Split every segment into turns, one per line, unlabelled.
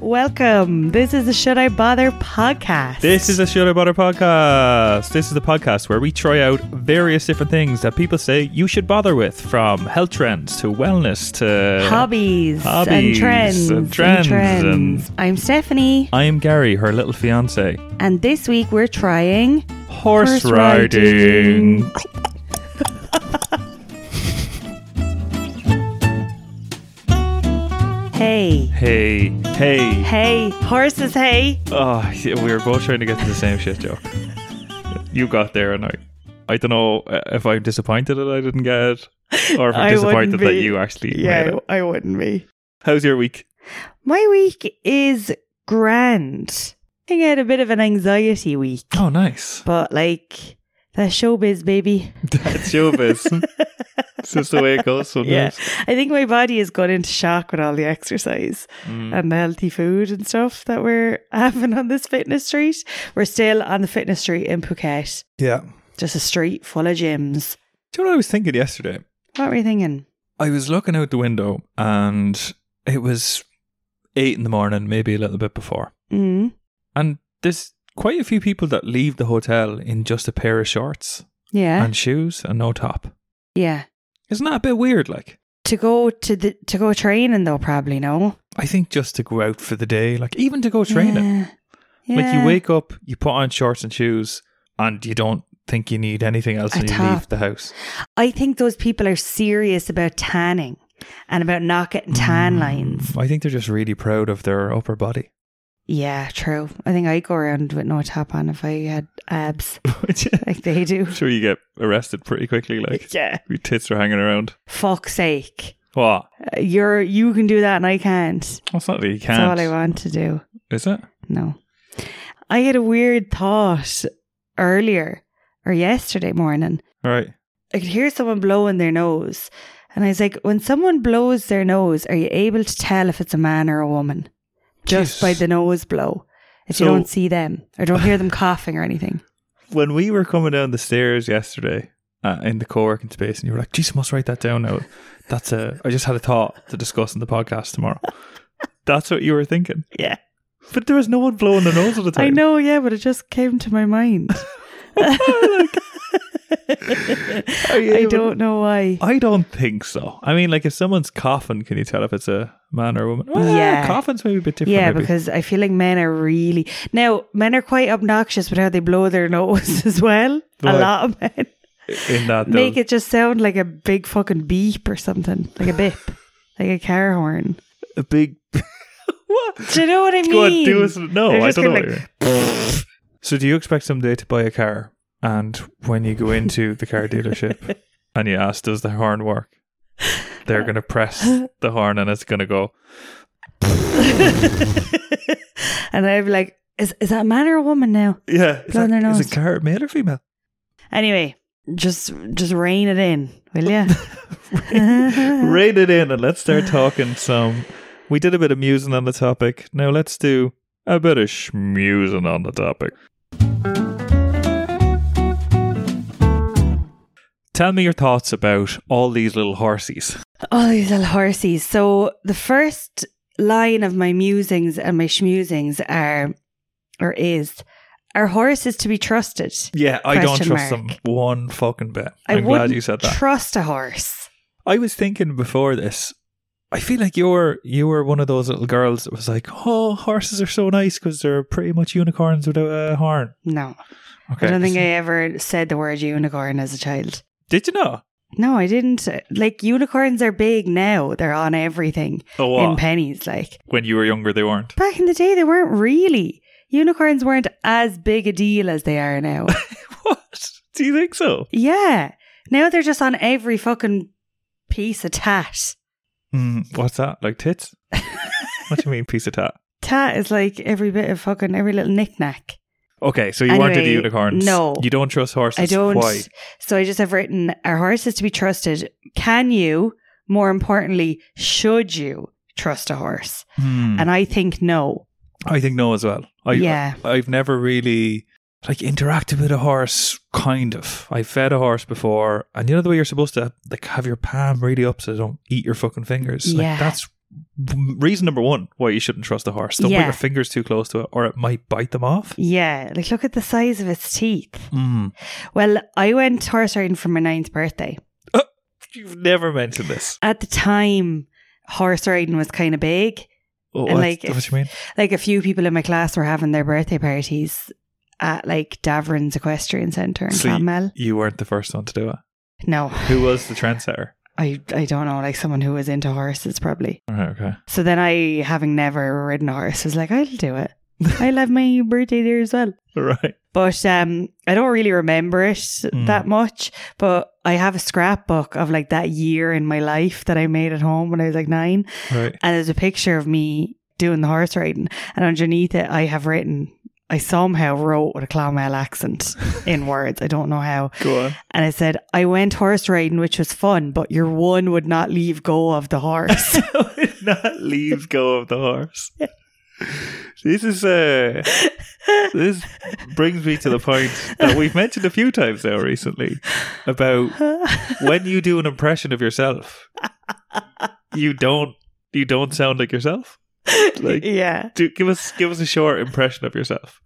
welcome. This is the Should I Bother podcast.
This is a Should I Bother podcast. This is the podcast where we try out various different things that people say you should bother with, from health trends to wellness to
hobbies, and
hobbies
trends
and trends and-
trends. I'm Stephanie,
I am Gary, her little fiance.
and this week we're trying.
Horse,
Horse riding.
riding.
Hey,
Hey, hey.
hey, horses, hey.
Oh, yeah, we were both trying to get to the same shit joke. You got there, and I. I don't know uh, if I'm disappointed that I didn't get it, or if I'm
I wouldn't
disappointed that
be.
you actually made it.
I wouldn't be.
How's your week?
My week is grand. I think I had a bit of an anxiety week,
Oh, nice.
but like the showbiz, baby.
That's showbiz. it's just the way it goes sometimes.
I think my body has gone into shock with all the exercise
Mm.
and the healthy food and stuff that we're having on this fitness street. We're still on the fitness street in Phuket,
Yeah.
just a street full of gyms.
Do you know what I was thinking yesterday?
What were you thinking?
I was looking out the window and it was eight in the morning, maybe a little bit before.
Mm.
And there's quite a few people that leave the hotel in just a pair of shorts
Yeah,
and shoes and no top.
yeah.
Isn't that a bit weird? Like,
To go to the to go training though, probably no.
I think just to go out for the day, like even to go training,
Yeah.
like you
Yeah.
wake up, you put on shorts and shoes, and you don't think you need anything else,
A
and you
top.
leave the house.
I think those people are serious about tanning and about not getting tan
Mm,
lines.
I think they're just really proud of their upper body.
Yeah, true. I think I'd go around with no top on if I had abs like they do.
I'm sure you get arrested pretty quickly. Like
yeah.
your tits are hanging around.
Fuck's sake.
What?
Uh, you're you can do that and I can't.
That's not that you
That's all I
can't.
want to do.
Is it?
No. I had a weird thought earlier or yesterday morning.
Right.
I could hear someone blowing their nose. And I was like, when someone blows their nose, are you able to tell if it's a man or a woman? Just
Jesus.
by the nose blow. If you
So-
don't see them or don't hear them coughing or anything.
When we were coming down the stairs yesterday uh, in the co-working space, and you were like, "Geez, I must write that down now." That's a. I just had a thought to discuss in the podcast tomorrow. That's what you were thinking.
Yeah.
But there was no one blowing their nose at the time.
I know, yeah, but it just came to my mind. I
able-
don't know why.
I don't think so. I mean, like if someone's coughing, can you tell if it's a man or a woman? Well,
Yeah.
coughing's maybe a bit different.
Yeah,
maybe.
because I feel like men are really now men are quite obnoxious with how they blow their nose as well. A
Right.
lot of men
in that they'll-
make it just sound like a big fucking beep or something, like a bip, like a car horn.
a big what?
Do you know what I mean?
Go on, do us. No,
They're
I
just
don't know.
gonna
what you're- so, do you expect someday to buy a car, and when you go into the car dealership and you ask, "Does the horn work?" They're gonna press the horn, and it's gonna go.
and I'd be like, is is that a man or a woman now?
Yeah, is,
Blow
that,
their
is
nose.
a car male or female?
Anyway, just just rein it in, will you? Uh.
Rate it in, and let's start talking some. We did a bit of musing on the topic. Now let's do a bit of schmusing on the topic. Tell me your thoughts about all these little horsies.
All Oh, these little horsies. So the first line of my musings and my schmusings are, or is, are horses to be trusted?
Yeah, I don't
Question
trust
mark.
them one fucking bit.
I
I'm glad you
wouldn't
said that.
Trust a horse.
I was thinking before this. I feel like you're you were one of those little girls that was like, "Oh, horses are so nice because they're pretty much unicorns without a horn."
No,
Okay,
I don't think
so-
I ever said the word unicorn as a child.
did. You know?
No, I didn't. Like unicorns are big now; they're on everything
Oh,
in
what?
pennies. Like
when you were younger, they weren't.
back in the day, they weren't really. Unicorns weren't as big a deal as they are now.
What? Do you think so?
yeah, now they're just on every fucking piece of tat.
Mm, what's that? Like tits? what do you mean, piece of tat?
Tat is like every bit of fucking every little knickknack.
Okay, so you aren't into
Anyway,
unicorns.
no.
you don't trust horses.
I don't.
Why?
So I just have written: Are horses to be trusted? Can you? More importantly, should you trust a horse?
Hmm.
And I think no.
I think no as well. I, uh,
Yeah.
I've never really like interacted with a horse. Kind of. I fed a horse before, and you know the way you're supposed to like have your palm really up so they don't eat your fucking fingers. Like,
Yeah.
that's reason number one why you shouldn't trust a horse. Don't put
Yeah.
your fingers too close to it, or it might bite them off.
Yeah, like look at the size of its teeth.
Mm.
Well, I went horse riding for my ninth birthday.
You've never mentioned this.
At the time, horse riding was kind of big.
Oh,
And,
what,
like,
what you mean?
Like a few people in my class were having their birthday parties at like Davern's Equestrian Centre in
So you-
Clonmel.
You weren't the first one to do it.
No,
Who was the trendsetter?
I I don't know, like someone who was into horses probably.
All right, okay.
So then I, having never ridden a horse, was like, I'll do it. I'll have my birthday there as well.
All right.
But um, I don't really remember it that much. But I have a scrapbook of like that year in my life that I made at home when I was like nine.
All right.
And there's a picture of me doing the horse riding. And underneath it, I have written, I somehow wrote with a Clonmel accent in words. I don't know how.
Go on.
And I said, I went horse riding, which was fun, but your one would not leave go of the horse.
Not leave go of the horse. This is uh this brings me to the point that we've mentioned a few times now recently about when you do an impression of yourself, you don't you don't sound like yourself. Like
yeah.
do, give us give us a short impression of yourself.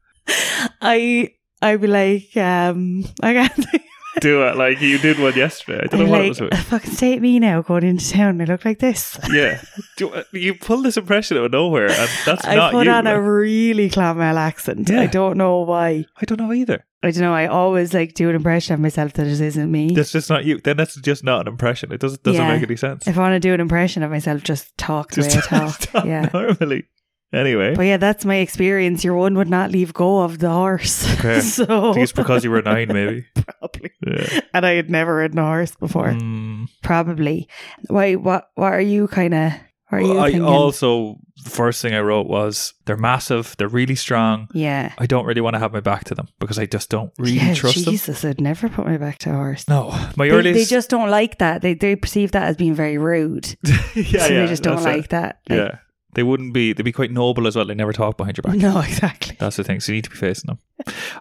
I I'd be like, um, I can't think.
Do it like you did one yesterday. I
I'd
don't
be
know what it
like,
was. About.
fucking stay at me now going into town. I look like this.
Yeah, do, uh, you pull this impression out of nowhere, and that's
I
not
put
you.
on a
like,
really Clonmel accent.
Yeah.
I don't know why.
I don't know either.
I don't know. I always like do an impression of myself that it isn't me.
That's just not you. Then that's just not an impression. It doesn't doesn't
Yeah.
make any sense.
if I want to do an impression of myself, just talk the way I talk.
stop
Yeah.
normally. Anyway,
But yeah, that's my experience. Your one would not leave go of the horse.
Okay. I
so
think it's because you were nine, maybe.
probably.
Yeah.
And I had never ridden a horse before.
Mm.
Probably. Why what what are you kinda what are you
Well, I
thinking?
also the first thing I wrote was they're massive, they're really strong.
yeah.
I don't really want to have my back to them because I just don't really
yeah,
trust them.
Jesus, I'd never put my back to a horse.
No, my
They, they
earliest.
just don't like that. They they perceive that as being very rude.
yeah,
so
yeah,
they just don't
that's it.
like that. Like,
Yeah, they wouldn't be. They'd be quite noble as well. They never talk behind your back.
No, exactly.
That's the thing. So you need to be facing them.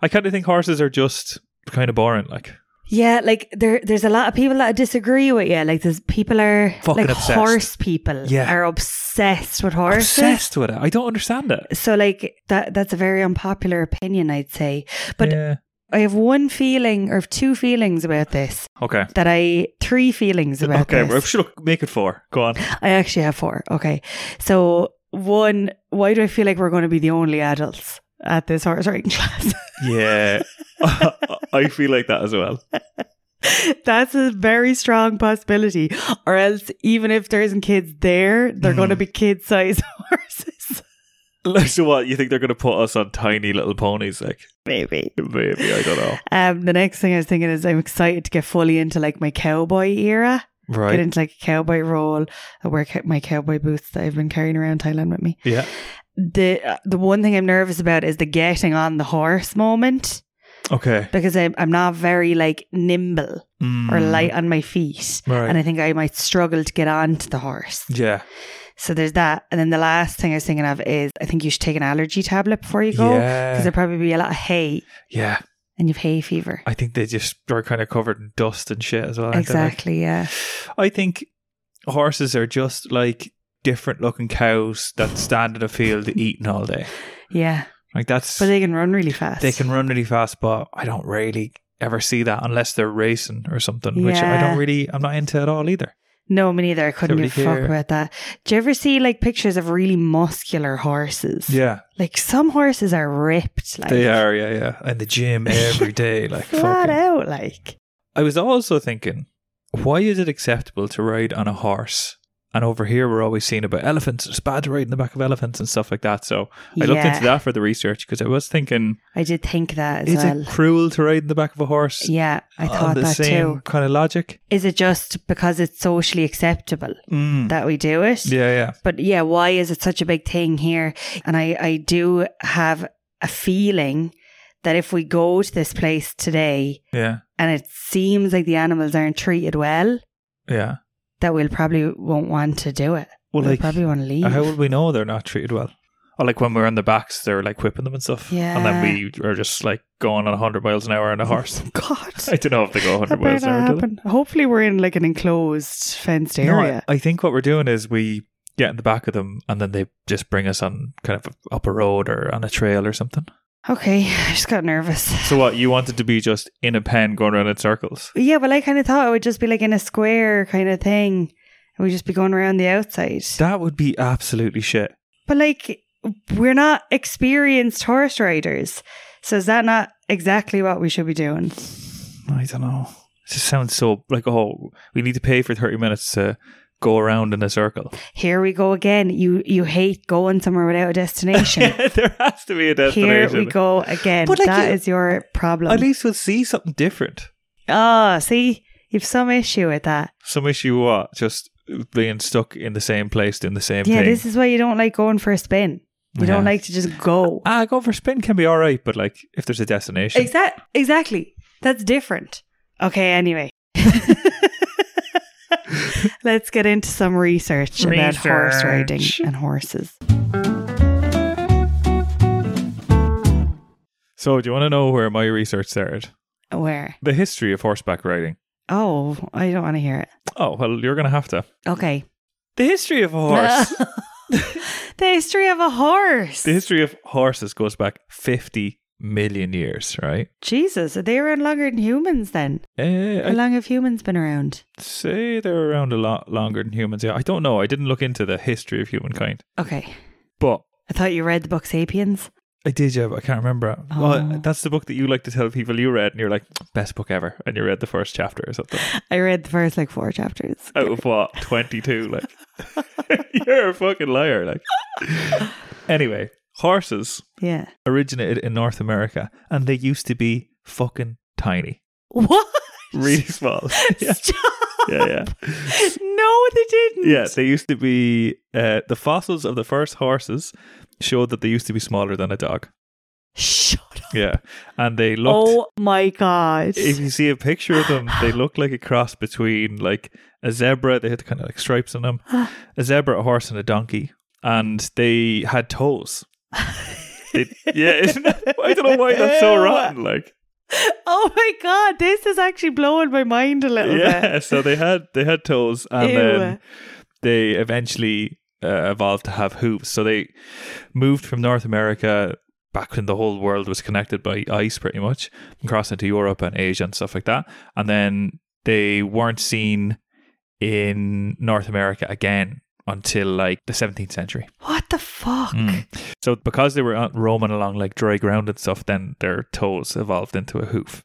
I kind of think horses are just kind of boring. Like
Yeah, like there there's a lot of people that disagree with you. Like there's people are
Fucking
like
obsessed.
horse people
Yeah.
are obsessed with horses.
obsessed with it. I don't understand it.
So like that that's a very unpopular opinion I'd say. But
yeah.
I have one feeling or two feelings about this
okay,
that I three feelings about
okay,
this.
we should make it four. Go on.
I actually have four. Okay. So, one, why do I feel like we're going to be the only adults at this horse riding class?
Yeah, I feel like that as well.
That's a very strong possibility. Or else, even if there isn't kids there, they're going to
Mm.
be kid sized horses.
Like, so what? You think they're going to put us on tiny little ponies? Like
Maybe.
maybe I don't know.
Um, the next thing I was thinking is I'm excited to get fully into like my cowboy era, get
Right?
into like a cowboy role. I wear ca- my cowboy boots that I've been carrying around Thailand with me.
Yeah.
the uh, the one thing I'm nervous about is the getting on the horse moment
Okay.
because I'm I'm not very like nimble
Mm.
or light on my feet,
Right.
and I think I might struggle to get onto the horse.
yeah.
So there's that, and then the last thing I was thinking of is I think you should take an allergy tablet before you go because
Yeah.
there'll probably be a lot of hay
Yeah.
and you've hay fever.
I think they just are kind of covered in dust and shit as well. aren't they? Like,
Exactly. Yeah.
I think horses are just like different looking cows that stand in a field eating all day.
Yeah.
Like that's
But they can run really fast.
they can run really fast, but I don't really ever see that unless they're racing or something, which I
Yeah.
don't really I'm not into at all either.
No, me neither. I couldn't
Don't
give a
really
fuck
care.
about that. Do you ever see like pictures of really muscular horses?
Yeah,
Like some horses are ripped. Like
they are. Yeah, yeah, and the gym every day. Like
flat
fucking.
out like
I was also thinking, why is it acceptable to ride on a horse? And over here, we're always seeing about elephants. It's bad to ride in the back of elephants and stuff like that. So I looked
Yeah.
into that for the research because I was thinking,
i did think that as
Is
well
it cruel to ride in the back of a horse?
yeah i
on
thought
the
that
same
too
kind of logic.
is it just because it's socially acceptable
Mm.
that we do it
Yeah, yeah.
but yeah why is it such a big thing here and i i do have a feeling that if we go to this place today
Yeah.
and it seems like the animals aren't treated well
Yeah.
that we'll probably won't want to do it
Well,
we'll
like,
probably want to leave
how would we know they're not treated well? Or like when we're on the backs, they're like whipping them and stuff. And then
Yeah.
we are just like going on 100 miles an hour on a horse. I
god
don't know if they go 100
that better
miles an
not
hour. do they?
happen hopefully we're in like an enclosed fenced
No,
area
I, I think what we're doing is we get in the back of them, and then they just bring us on kind of up a road or on a trail or something.
Okay, I just got nervous.
So what you wanted to be just in a pen going around in circles?
Yeah, well, I kind of thought it would just be like in a square kind of thing, and we'd just be going around the outside.
That would be absolutely shit.
But like, we're not experienced horse riders, so is that not exactly what we should be doing?
I don't know. It just sounds so like oh, we need to pay for thirty minutes to go around in a circle.
Here we go again. You you hate going somewhere without a destination.
there has to be a
Here
destination.
we go again. That
But,
is
like, you-
your
At
problem.
least we'll see something different.
Ah, see, you've some issue with that.
Some issue what? Just being stuck in the same place doing the same
Yeah,
thing.
this is why you don't like going for a spin. You don't
Yeah.
like to just go.
ah, going for a spin can be all right, but like if there's a destination,
Exact, exactly. That's different. Okay, anyway. Let's get into some research, about horse riding
Research.
and horses.
So, do you want to know where my research started?
Where?
The history of horseback riding.
Oh, I don't want to hear it.
Oh, well, you're going to have to.
Okay.
The history of a horse.
the history of a horse.
the history of horses goes back 50 million years, right?
Jesus, they were around longer than humans then. How
Uh, I'd
long have humans been around?
say they're around a lot longer than humans. Yeah, I don't know. I didn't look into the history of humankind,
Okay.
but
I thought you read the book Sapiens.
I did, yeah, but I can't remember.
Oh.
Well, that's the book that you like to tell people you read, and you're like, best book ever. And you read the first chapter or something.
I read the first like four chapters.
out of what 22 like you're a fucking liar like anyway horses
Yeah.
originated in north america and they used to be fucking tiny
What?
really small yeah
Stop.
yeah yeah
No, they didn't.
yeah they used to be uh, the fossils of the first horses showed that they used to be smaller than a dog
Shut up.
yeah and they looked
Oh my god.
if you see a picture of them, they look like a cross between like a zebra. They had kind of like stripes on them, a zebra, a horse, and a donkey, and they had toes. They- yeah, isn't that, I don't know why that's so rotten. Like,
Oh my god, this is actually blowing my mind a little bit.
yeah, so they had they had toes, and
Ew.
then they eventually uh, evolved to have hooves. So they moved from North America back when the whole world was connected by ice, pretty much, across into Europe and Asia and stuff like that. And then they weren't seen in North America again until like the 17th century.
What the fuck?
Hmm. So because they were out roaming along like dry ground and stuff, then their toes evolved into a hoof.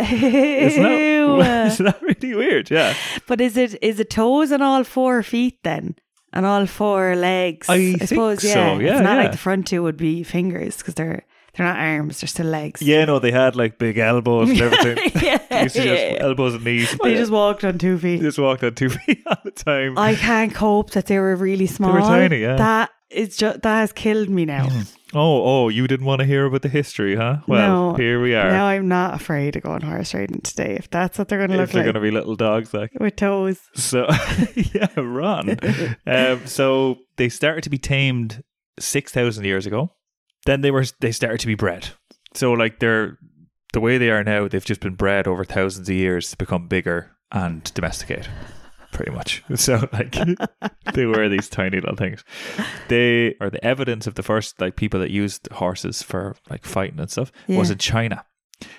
Isn't
Ew.
that, isn't that really weird? Yeah.
but is it is it toes on all four feet then? On all four legs?
I think
suppose
so,
yeah.
yeah,
It's not like
yeah.
the front two would be fingers because they're they're not arms, they're still legs.
Yeah, no, they had like big elbows and everything.
yeah.
They used to just
yeah.
elbows and knees.
They just walked on two feet.
just walked on two feet all the time.
I can't cope that they were really small.
tiny, yeah.
That is just that has killed me now.
oh, oh, you didn't want to hear about the history, huh? Well,
No.
here we are.
Now I'm not afraid to go on horse riding today if that's what they're going to
if
look
they're
like
going to be little dogs, like
with toes.
so, yeah, run. um, so they started to be tamed six thousand years ago. Then they were they started to be bred. So like they're the way they are now, they've just been bred over thousands of years to become bigger and domesticate, pretty much. So like they were these tiny little things. They are the evidence of the first like people that used horses for like fighting and stuff was
Yeah.
in China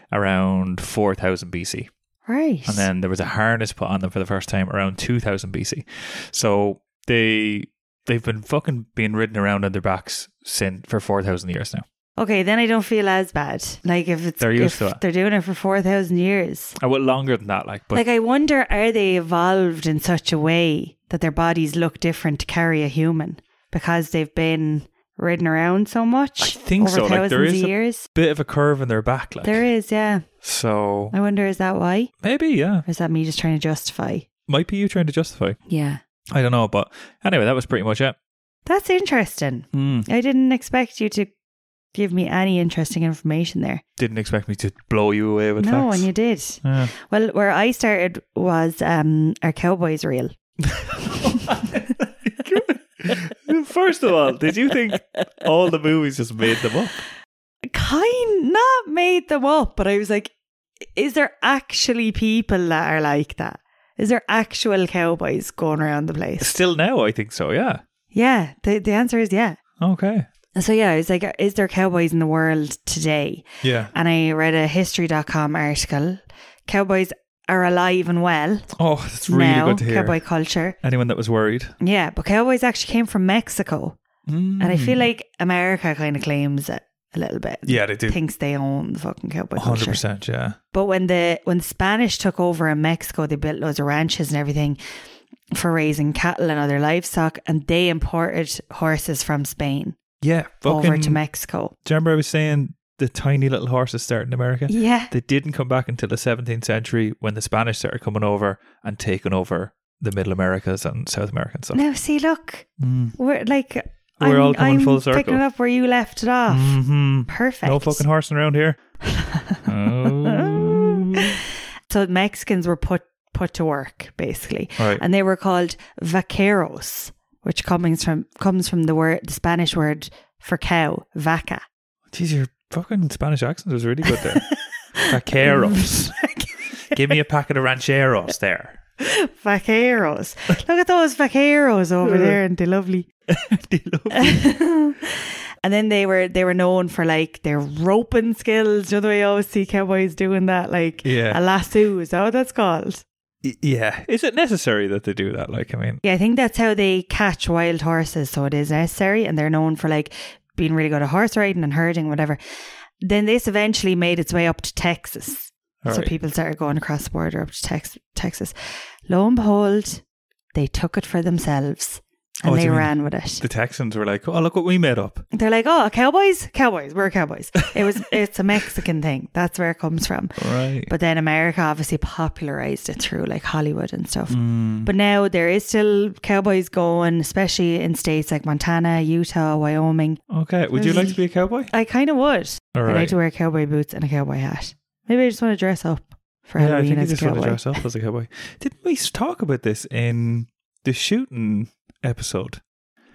around four thousand BC.
Right.
And then there was a harness put on them for the first time around 2000 BC. So they they've been fucking being ridden around on their backs since for 4000 years now.
okay, then I don't feel as bad. Like if it's
They're used
if
to it.
they're doing it for four thousand years.
A well longer than that like but
like I wonder, are they evolved in such a way that their bodies look different to carry a human because they've been ridden around so much?
I think
over
so.
Thousands
Like, there is
of
a-
years.
bit of a curve in their back like.
There is, yeah.
So
I wonder, is that why,
maybe yeah.
or is that me just trying to justify?
Might be you trying to justify.
Yeah,
I don't know, but anyway, that was pretty much it.
that's interesting.
Hmm.
I didn't expect you to give me any interesting information there.
Didn't expect me to blow you away with
no,
facts.
and you did.
Yeah.
Well, where I started was um, our Cowboys reel.
First of all, did you think all the movies just made them up?
Kind not made them up, but I was like, is there actually people that are like that? Is there actual cowboys going around the place?
Still now, I think so. Yeah.
Yeah, the, the answer is yeah.
Okay.
And so, yeah, I was like, is there cowboys in the world today?
Yeah.
And I read a history.com article. Cowboys are alive and well
Oh, that's really
now,
good to hear.
cowboy culture.
Anyone that was worried.
Yeah, but cowboys actually came from Mexico.
Mm.
And I feel like America kind of claims it a little bit.
Yeah, they do.
Thinks they own the fucking cowboy culture.
100%. Yeah.
But when the when the Spanish took over in Mexico, they built loads of ranches and everything for raising cattle and other livestock, and they imported horses from Spain
Yeah. Fucking,
over to Mexico.
Do you remember I was saying the tiny little horses start in America?
Yeah,
They didn't come back until the 17th century when the Spanish started coming over and taking over the Middle Americas and South America and stuff.
Now, see, look,
Mm.
we're like
We're
I'm,
all coming
I'm
full
Picking
circle.
it up where you left it off.
Mhm.
Perfect.
No fucking horsing around here. oh.
So Mexicans were put put to work basically,
Right.
and they were called vaqueros, which comes from comes from the word the Spanish word for cow, vaca.
Jeez, your fucking Spanish accent was really good there. Vaqueros. Give me a packet of rancheros there.
Vaqueros. Look at those vaqueros over there, and they're lovely.
They love-
and then they were they were known for like their roping skills. You know the way you always see cowboys doing that, like
Yeah.
a lasso. Is that what that's called?
Y- yeah. Is it necessary that they do that? Like, I mean,
Yeah, I think that's how they catch wild horses. So it is necessary, and they're known for like being really good at horse riding and herding, whatever. Then this eventually made its way up to Texas.
all
so
right.
people started going across the border up to Tex- Texas. Lo and behold, they took it for themselves and
Oh, do
they
you mean-
ran with it.
the Texans were like, oh, look what we made up.
They're like, "Oh, cowboys, cowboys, we're cowboys." It was it's a Mexican thing. That's where it comes from.
Right.
But then America obviously popularized it through like Hollywood and stuff.
Mm.
But now there is still cowboys going, especially in states like Montana, Utah, Wyoming.
Okay. Would you like to be a cowboy?
I kind of would.
All
I like
right.
to wear cowboy boots and a cowboy hat. Maybe I just want to dress up for
Yeah, I
Halloween
think you
as a
just want to
cowboy.
dress up as a cowboy. Didn't we s- talk about this in the shooting episode?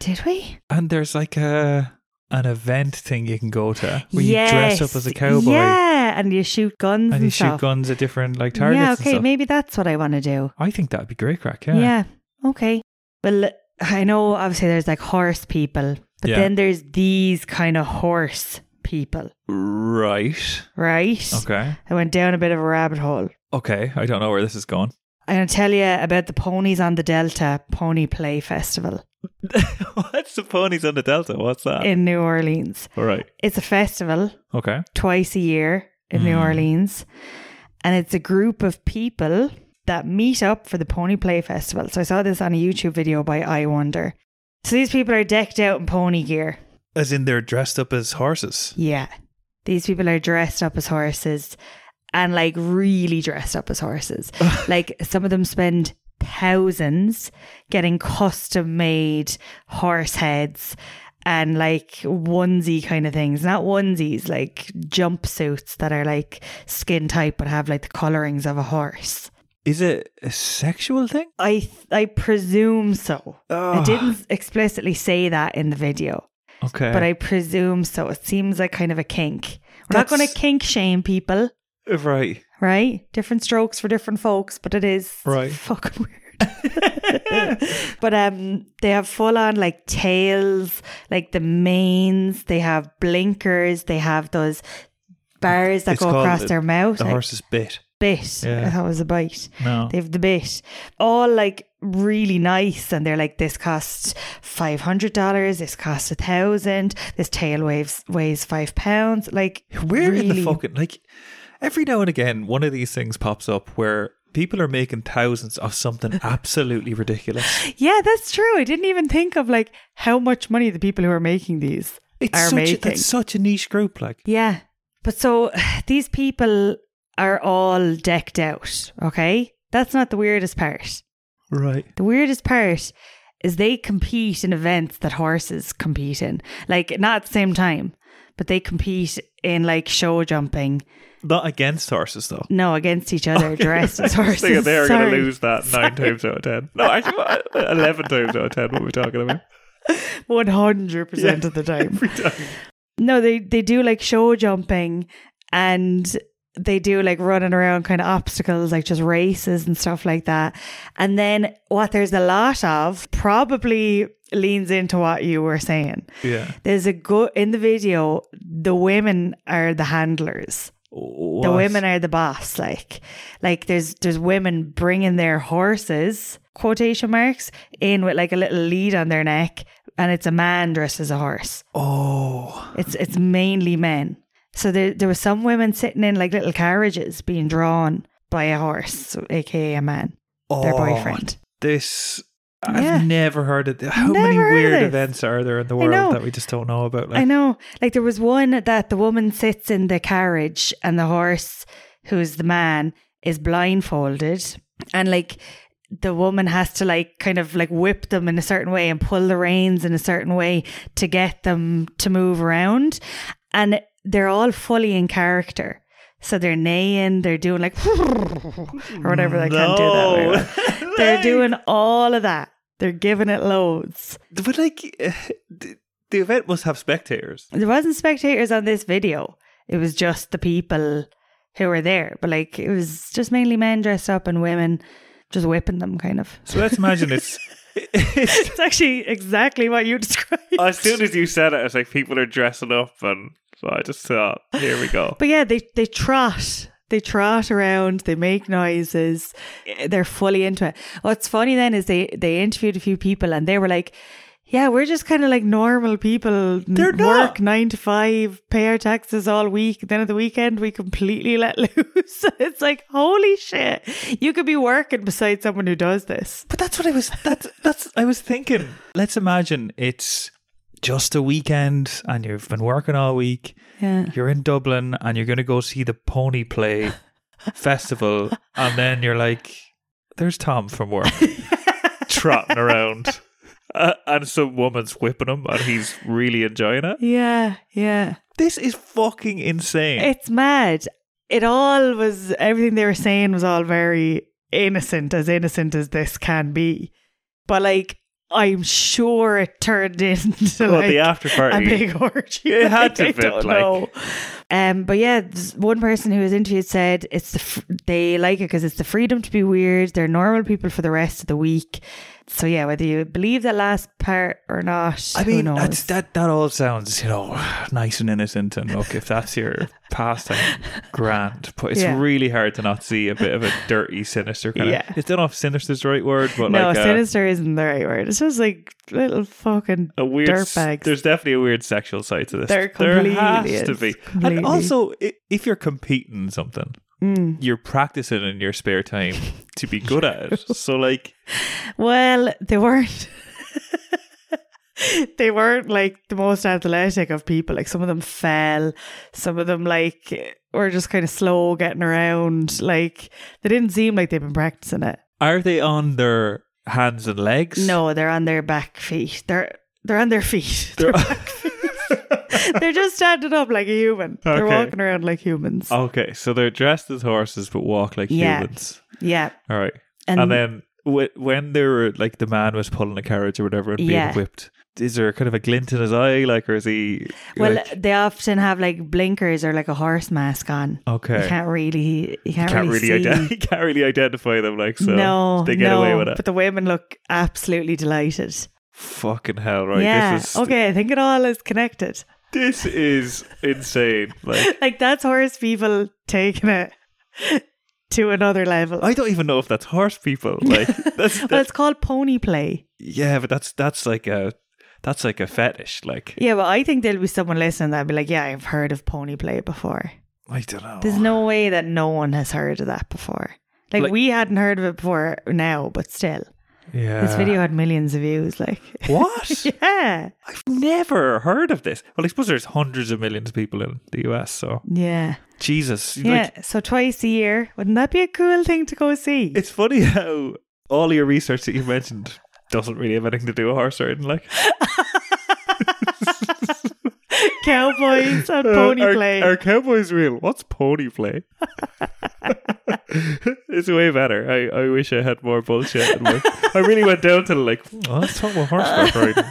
Did we?
And there's like a an event thing you can go to where you dress up as a
Yes.
cowboy
Yeah, and you shoot guns and,
and you
stuff.
shoot guns at different like targets.
yeah,
and
okay,
stuff.
maybe that's what I want to do.
I think that'd be great crack.
Yeah.
Yeah.
Okay. Well, I know obviously there's like horse people, but
Yeah.
then there's these kind of horse people,
Right.
right?
Okay.
I went down a bit of a rabbit hole.
Okay. I don't know where this is going.
I'm going to tell you about the Ponies on the Delta Pony Play Festival
What's the ponies on the Delta? What's that?
in New Orleans.
All right.
It's a festival
Okay.
twice a year in New Orleans, and it's a group of people that meet up for the Pony Play Festival. So I saw this on a YouTube video by I Wonder. So these people are decked out in pony gear.
As in they're dressed up as horses.
Yeah. These people are dressed up as horses and like really dressed up as horses. like some of them spend thousands getting custom made horse heads and like onesie kind of things. Not onesies, like jumpsuits that are like skin tight but have like the colorings of a horse.
Is it a sexual thing?
I th- I presume so.
Oh.
I didn't explicitly say that in the video
Okay.
but I presume so. It seems like kind of a kink. We're not going
That's-
to kink shame people,
right.
right? Different strokes for different folks, but it is
Right.
fucking weird. but um, they have full on like tails, like the manes. They have blinkers. They have those bars that
It's
go
called
across
the-
their mouth.
The
like
horse's bit.
bit.
Yeah.
I thought it was a bite.
No.
They have the bit. All like really nice and they're like this costs five hundred dollars, this costs a thousand, this tail waves weighs five pounds. Like
Where in the
really-
fucking like every now and again one of these things pops up where people are making thousands of something absolutely ridiculous.
Yeah, that's true. I didn't even think of like how much money the people who are making these
It's
are
such a,
making.
it's such a niche group like.
Yeah. But so these people are all decked out, okay? That's not the weirdest part.
Right.
The weirdest part is they compete in events that horses compete in. Like not at the same time, but they compete in like show jumping.
Not against horses though.
No, against each other, dressed as horses.
they're going to
Sorry.
lose that nine times out of ten. No, actually, what- eleven times out of ten. What we're talking about?
100% of the time.
Every time.
No, they, they do like show jumping and they do like running around kind of obstacles, like just races and stuff like that. And then what there's a lot of probably leans into what you were saying.
Yeah.
There's a good in the video, the women are the handlers.
What?
The women are the boss. Like, like there's there's women bringing their horses quotation marks in with like a little lead on their neck, and it's a man dressed as a horse.
Oh.
It's it's mainly men. So there there were some women sitting in like little carriages being drawn by a horse, aka a man, their
Oh,
boyfriend.
This.
Yeah.
I've never heard of th- How many
Never heard
weird
of this.
events are there in the
know.
world that we just don't know about?
I
Like,
know. Like there was one that the woman sits in the carriage and the horse, who's the man, is blindfolded and like the woman has to like kind of like whip them in a certain way and pull the reins in a certain way to get them to move around. And they're all fully in character. So they're neighing, they're doing like or whatever they can't do that. very well.
No.
They're
Like-
doing all of that. They're giving it loads.
But like, the, the event must have spectators.
There wasn't spectators on this video. It was just the people who were there. But like it was just mainly men dressed up and women just whipping them kind of.
So let's imagine it's. it's
It's actually exactly what you described.
as soon as you said it, it's like people are dressing up, and so I just thought, here we go.
But yeah, they they trot. They trot around, they make noises, eh, they're fully into it. What's funny then is they they interviewed a few people and they were like, Yeah, we're just kind of like normal people. N-
They're not.
work nine to five, pay our taxes all week, then at the weekend we completely let loose. it's like, holy shit. You could be working beside someone who does this.
But that's what I was. That's that's. I was thinking. Let's imagine it's just a weekend, and you've been working all week.
Yeah.
You're in Dublin, and you're going to go see the Pony Play festival, and then you're like, "There's Tom from work, trotting around." Uh, and some woman's whipping him, and he's really enjoying it.
Yeah, yeah.
This is fucking insane.
It's mad. It all was everything they were saying was all very innocent, as innocent as this can be. But like, I'm sure it turned into
well,
like
the after
a
party.
big orgy.
It had to
I
have been,
don't
like-
know. Um, but yeah, this one person who was interviewed said it's the fr- they like it because it's the freedom to be weird. They're normal people for the rest of the week. So yeah, whether you believe that last part or not,
I
who
mean,
knows?
that's, that that all sounds you know nice and innocent, and look, if that's your pastime, grand. But it's
Yeah.
really hard to not see a bit of a dirty, sinister kind
Yeah.
of. It's not know if sinister's the right word, but
no,
like uh, a-
sinister isn't the right word. It's just like little fucking
a, weird. s-
dirtbags.
There's definitely a weird sexual side to this.
There
there
completely
has
is.
to be,
Completely.
and also i- if you're competing in something,
Mm.
you're practicing in your spare time to be good at it. So like,
Well, they weren't. they weren't like the most athletic of people. Like some of them fell, some of them like were just kind of slow getting around. Like they didn't seem like they've been practicing it.
are they on their hands and legs?
No, they're on their back feet. They're they're on their feet. They're, they're just standing up like a human. They're
Okay. Oh.
walking around like humans.
okay, so they're dressed as horses but walk like
Yeah.
humans.
Yeah.
All right. And then w- when they were like the man was pulling a carriage or whatever and being
Yeah.
whipped, is there kind of a glint in his eye, like, or is he?
Well,
like,
they often have like blinkers or like a horse mask on. You
okay,
can't really, you can't,
can't really,
see.
ident- can't really identify them, like, so
no,
they get
no,
away with it.
But the women look absolutely delighted.
Fucking hell, right?
yeah.
This is
okay, I think it all is connected.
this is insane. Like,
Like that's horse people taking it to another level.
I don't even know if that's horse people. Like, that's,
well, it's
that's
called pony play.
yeah, but that's that's like a that's like a fetish. Like,
Yeah, but I think there'll be someone listening that'll be like, "Yeah, I've heard of pony play before."
I don't know.
There's no way that no one has heard of that before. Like,
Oh. Like-
we hadn't heard of it before now, but still,
yeah,
this video had millions of views. Like,
What?
yeah,
I've never heard of this. Well, I suppose there's hundreds of millions of people in the US, so
yeah.
Jesus.
Yeah,
Like,
so twice a year. Wouldn't that be a cool thing to go see?
it's funny how all your research that you mentioned doesn't really have anything to do with horse riding, like
Cowboys and
Uh,
pony
are,
play.
Are cowboys real? What's pony play? it's way better. I, I wish I had more bullshit. in my- I really went down to like, oh, let's talk about horseback riding.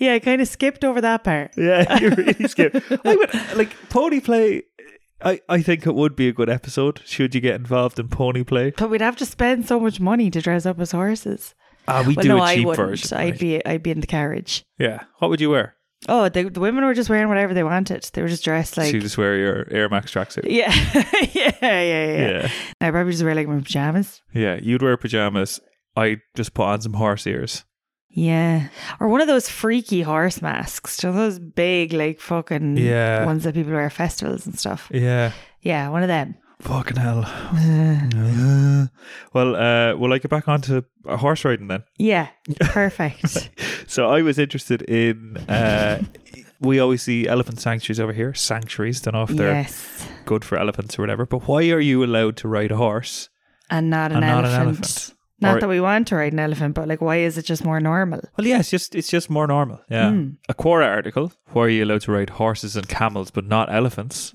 yeah, I kind of skipped over that part.
Yeah, you really skip. I would, like pony play I, I think it would be a good episode should you get involved in pony play.
But we'd have to spend so much money to dress up as horses.
Ah, we
Well,
do
no,
a
I
cheap
wouldn't.
version.
I'd
right?
be I'd be in the carriage.
yeah. What would you wear?
Oh, the, the women were just wearing whatever they wanted. They were just dressed
So
like
you just wear your Air Max tracksuit.
yeah. yeah, yeah, yeah,
yeah.
I probably just wear like my pajamas.
Yeah, you'd wear pajamas. I just put on some horse ears.
Yeah, or one of those freaky horse masks. You know, those big like fucking
Yeah.
ones that people wear at festivals and stuff.
Yeah.
Yeah, one of them.
Fucking hell. Uh, well, uh, will I get back onto uh, horse riding then?
Yeah, perfect.
So I was interested in. Uh, we always see elephant sanctuaries over here. Sanctuaries. Don't know if they're
yes,
good for elephants or whatever. But why are you allowed to ride a horse
and not an
and
elephant.
not an elephant?
Not
Or-
that we want to ride an elephant, but like, why is it just more normal?
Well, yeah, it's just it's just more normal. Yeah. A Quora article. Why are you allowed to ride horses and camels but not elephants?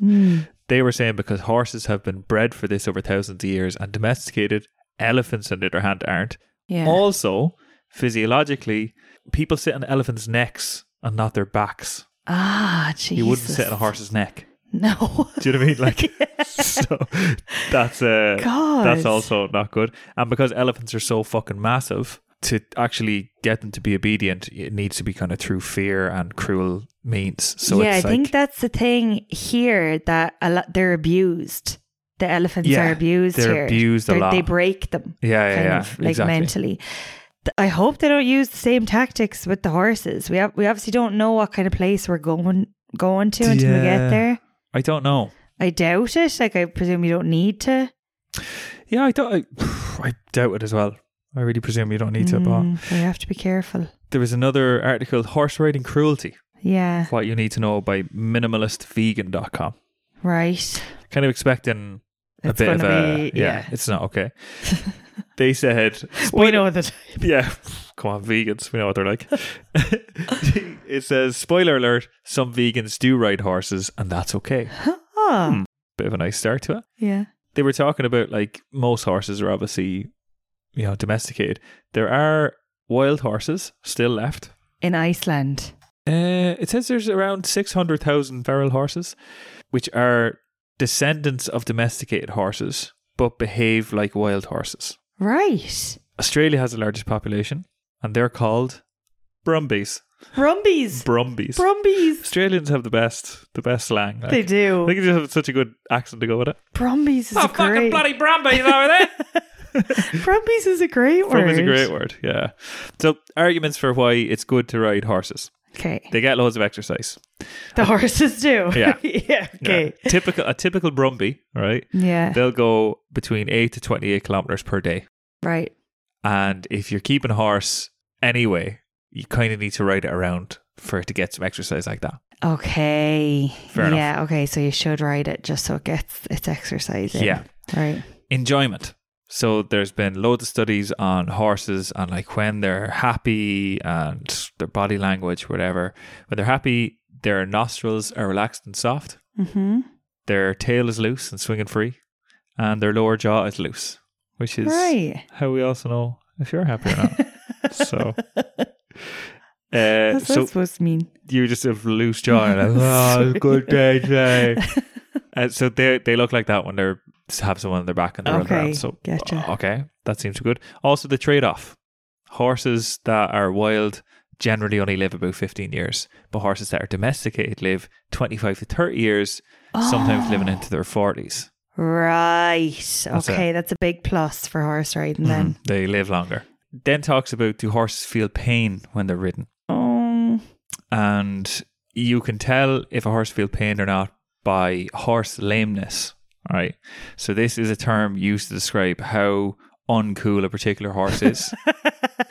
They were saying because horses have been bred for this over thousands of years and domesticated. Elephants, on the other hand, aren't.
Yeah.
Also, physiologically, people sit on elephants' necks and not their backs.
ah, Jesus.
You wouldn't sit on a horse's neck.
No.
Do you know what I mean? Like, so that's uh,
God.
that's also not good. And because elephants are so fucking massive, to actually get them to be obedient, it needs to be kind of through fear and cruel means. So
yeah, I
it's like,
think that's the thing here that a lot they're abused. The elephants
Yeah,
are abused
they're
here.
abused a
They're- They
lot.
break them.
yeah, yeah,
kind
yeah,
of like
exactly.
mentally. Th- I hope they don't use the same tactics with the horses. We have, we obviously don't know what kind of place we're going going to until we
Yeah.
get there.
I don't know.
I doubt it. Like I presume you don't need to.
Yeah, I don't. I, I doubt it as well. I really presume you don't need to. But
Mm, we have to be careful.
there was another article: horse riding cruelty.
Yeah.
What you need to know by minimalistvegan.com.
Right.
Kind of expecting a
It's
bit of
gonna
a
be- yeah.
It's not okay. they said
We know that.
Yeah, come on, vegans. We know what they're like. it says, spoiler alert, some vegans do ride horses, and that's okay.
Oh,
Hmm. Bit of a nice start to it.
yeah.
They were talking about like most horses are obviously, you know, domesticated. There are wild horses still left.
In Iceland.
Uh, it says there's around 600,000 feral horses, which are descendants of domesticated horses, but behave like wild horses.
Right.
Australia has the largest population, and they're called Brumbies.
Brumbies.
Brumbies.
Brumbies.
Australians have the best, the best slang. Like,
They
I
do.
think they Oh, just have such a good accent to go with it.
Brumbies is a great.
Brumbies over there!
Brumbies is a great word.
Brumbies is a great word. Yeah. So arguments for why it's good to ride horses.
Okay.
They get loads of exercise.
The horses do.
Yeah.
yeah.
Yeah.
Okay.
Typical, a typical Brumby, right?
Yeah.
They'll go between eight to twenty-eight kilometers per day.
right.
And if you're keeping a horse anyway, you kind of need to ride it around for it to get some exercise like that.
Okay.
Fair enough.
yeah. Okay. So you should ride it just so it gets its exercise. in.
Yeah.
Right.
enjoyment. So there's been loads of studies on horses and like when they're happy and their body language, whatever. When they're happy, their nostrils are relaxed and soft,
Mm-hmm.
their tail is loose and swinging free, and their lower jaw is loose, which is
Right.
how we also know if you're happy or not. so, uh,
What's that
so
supposed to mean?
you just have loose jaw and like, oh, good day today. uh, so they they look like that when they're just have someone on their back and they're running
Okay,
around. So
gotcha.
uh, okay, that seems good. Also, the trade off: horses that are wild generally only live about fifteen years, but horses that are domesticated live twenty five to thirty years, sometimes
Oh.
living into their forties.
Right.
it.
okay. That's a big plus for horse riding then.
Mm-hmm. They live longer. Then talks about do horses feel pain when they're ridden? Mm-hmm.
Oh.
and you can tell if a horse feels pain or not by horse lameness. All right. So this is a term used to describe how uncool a particular horse is.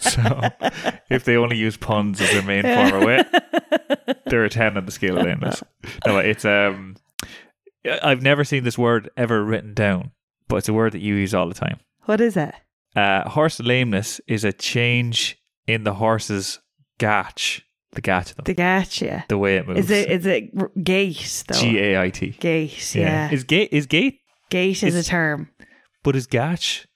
so
Oh.
if they only use puns as their main form of wit, they're a ten on the scale of lameness. No, it's um, I've never seen this word ever written down, but it's a word that you use all the time.
What is it?
Uh, horse lameness is a change in the horse's gatch, the gatch of them,
The gotcha.
the way it moves.
Is it? Is it r- gait though?
G A I T.
Gait. Yeah.
Is gate is gate,
gait is a
it's-
term.
but is gatch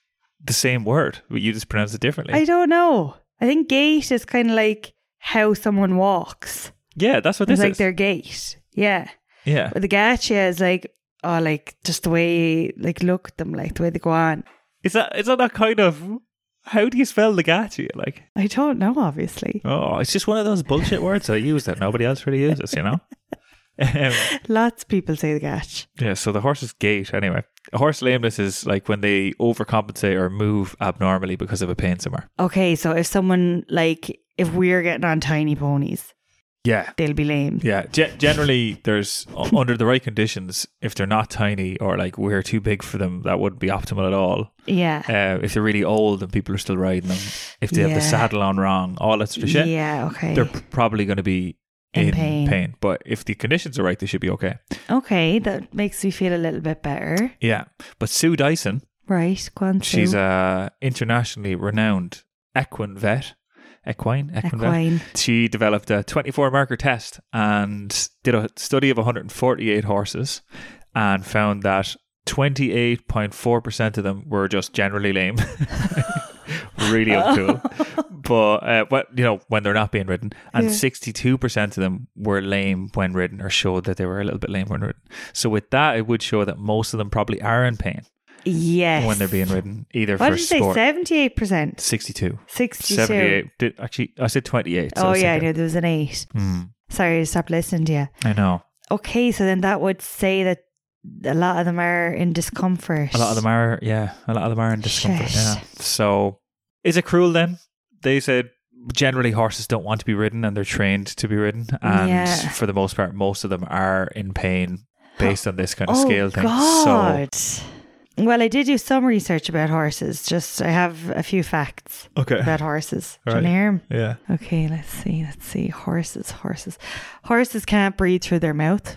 the same word? But you just pronounce it differently.
I don't know. I think gait is kind of like how someone walks.
yeah, that's what
It's
this
like
is.
their gait. Yeah.
Yeah,
But the gotcha is like or like just the way like look at them, like the way they go on.
Is that is that that kind of how do you spell Legachi? Like,
I don't know, obviously.
oh, it's just one of those bullshit words I use that nobody else really uses, you know. um,
Lots of people say the gatch.
yeah, so the horse's gait. Anyway, a horse lameness is like when they overcompensate or move abnormally because of a pain somewhere.
Okay, so if someone like if we're getting on tiny ponies,
Yeah,
they'll be lame.
Yeah, ge- generally, there's u- under the right conditions, if they're not tiny or like we're too big for them, that wouldn't be optimal at all.
Yeah.
Uh, if they're really old and people are still riding them, if they have
Yeah.
the saddle on wrong, all that sort of shit,
Yeah, okay.
they're p- probably going to be
In
in,
pain.
pain. But if the conditions are right, they should be okay.
Okay, that makes me feel a little bit better.
Yeah. But Sue Dyson,
Right, go on, Sue.
she's a internationally renowned equine vet. Equine, equine, vet.
equine.
She developed a 24 marker test and did a study of 148 horses and found that 28.4% of them were just generally lame. really uncool. But, uh, but, you know, when they're not being ridden. And
Yeah.
62% of them were lame when ridden or showed that they were a little bit lame when ridden. So with that, it would show that most of them probably are in pain
Yes.
when they're being ridden, either
What
for
did you say?
sport.
Seventy-eight percent.
62.
62.
78. Did, actually, I said 28. so
oh
I was
yeah, I
thinking-
know there was an eight.
Hmm.
Sorry, I stopped listening to you.
I know.
Okay, so then that would say that a lot of them are in discomfort.
A lot of them are, yeah. A lot of them are in discomfort.
Shit.
Yeah. So, is it cruel then? They said generally horses don't want to be ridden and they're trained to be ridden. And
Yeah.
for the most part, most of them are in pain based on this kind of
oh,
scale thing.
God. Well, I did do some research about horses. Just I have a few facts
So, okay.
about horses. Do you
Right.
wanna hear 'em?
Yeah.
Okay, let's see. Let's see. Horses, horses. Horses can't breathe through their mouth.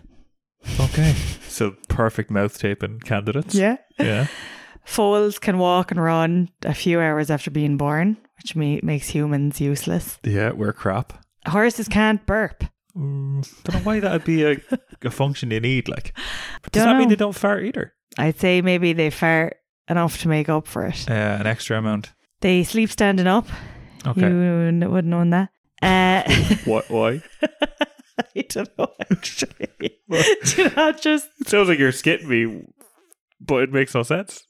Okay. So, perfect mouth taping candidates.
Yeah.
Yeah.
Foals can walk and run a few hours after being born, which ma- makes humans useless.
Yeah. We're crap.
Horses can't burp.
Mm, don't know why that'd be a, a function you need. Like, But does
Don't
that mean
know.
they don't fart either?
I'd say maybe they fart enough to make up for it.
Uh, an extra amount.
They sleep standing up.
Okay.
You wouldn't wouldn't own that. Uh,
What? Why?
I don't know. Actually, do not just.
It sounds like you're skitting me, but it makes no sense.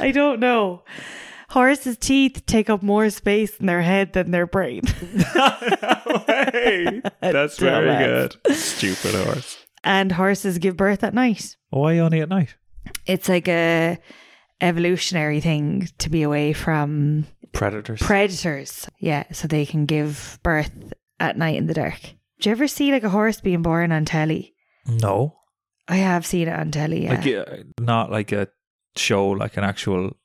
I don't know. Horses' teeth take up more space in their head than their brain.
hey, that's very
Dumbass.
good. Stupid horse.
And horses give birth at night.
Why only at night?
It's like a evolutionary thing to be away from
Predators.
predators. Yeah, so they can give birth at night in the dark. Do you ever see like a horse being born on telly?
no,
I have seen it on telly. Yeah.
like uh, not like a show, like an actual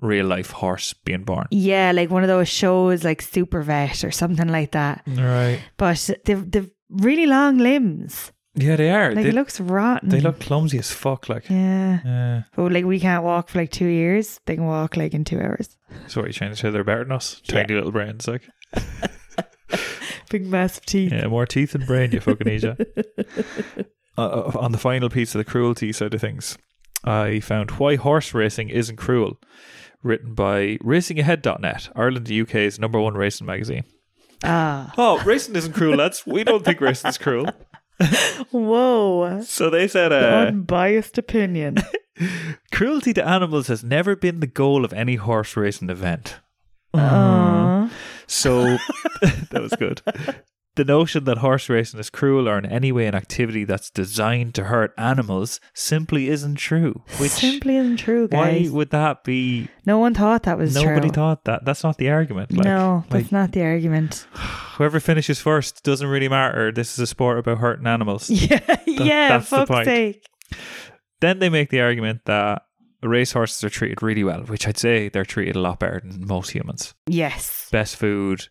real life horse being born.
yeah, like one of those shows like Super Vet or something like that.
Right.
But they've, they've really long limbs.
Yeah, they are.
Like Mm.
they,
it looks rotten.
they look clumsy as fuck. Like,
Yeah.
yeah.
But like we can't walk for like two years. They can walk like in two hours.
So what you trying to say? They're better than us. Tiny little brains, like
Big massive teeth.
yeah, more teeth than brain. You fucking idiot. uh, uh, on the final piece of the cruelty side of things, I found Why Horse Racing Isn't Cruel, written by racingahead.net, Ireland and UK's number one racing magazine.
Ah.
Oh, racing isn't cruel, lads. We don't think racing's cruel.
Whoa.
So they said, uh,
Unbiased opinion.
cruelty to animals has never been the goal of any horse racing event.
Uh-huh.
Mm-hmm.
Aw.
So that was good. The notion that horse racing is cruel or in any way an activity that's designed to hurt animals simply isn't true. Which
simply isn't true,
why
guys.
would that be?
No one thought that was true.
Nobody thought that. That's not the argument. Like,
no,
like
that's not the argument.
whoever finishes first doesn't really matter. This is a sport about hurting animals.
Yeah, yeah.
that's the
Fuck's
point.
sake.
Then they make the argument that racehorses are treated really well, which I'd say they're treated a lot better than most humans.
Yes,
Best food,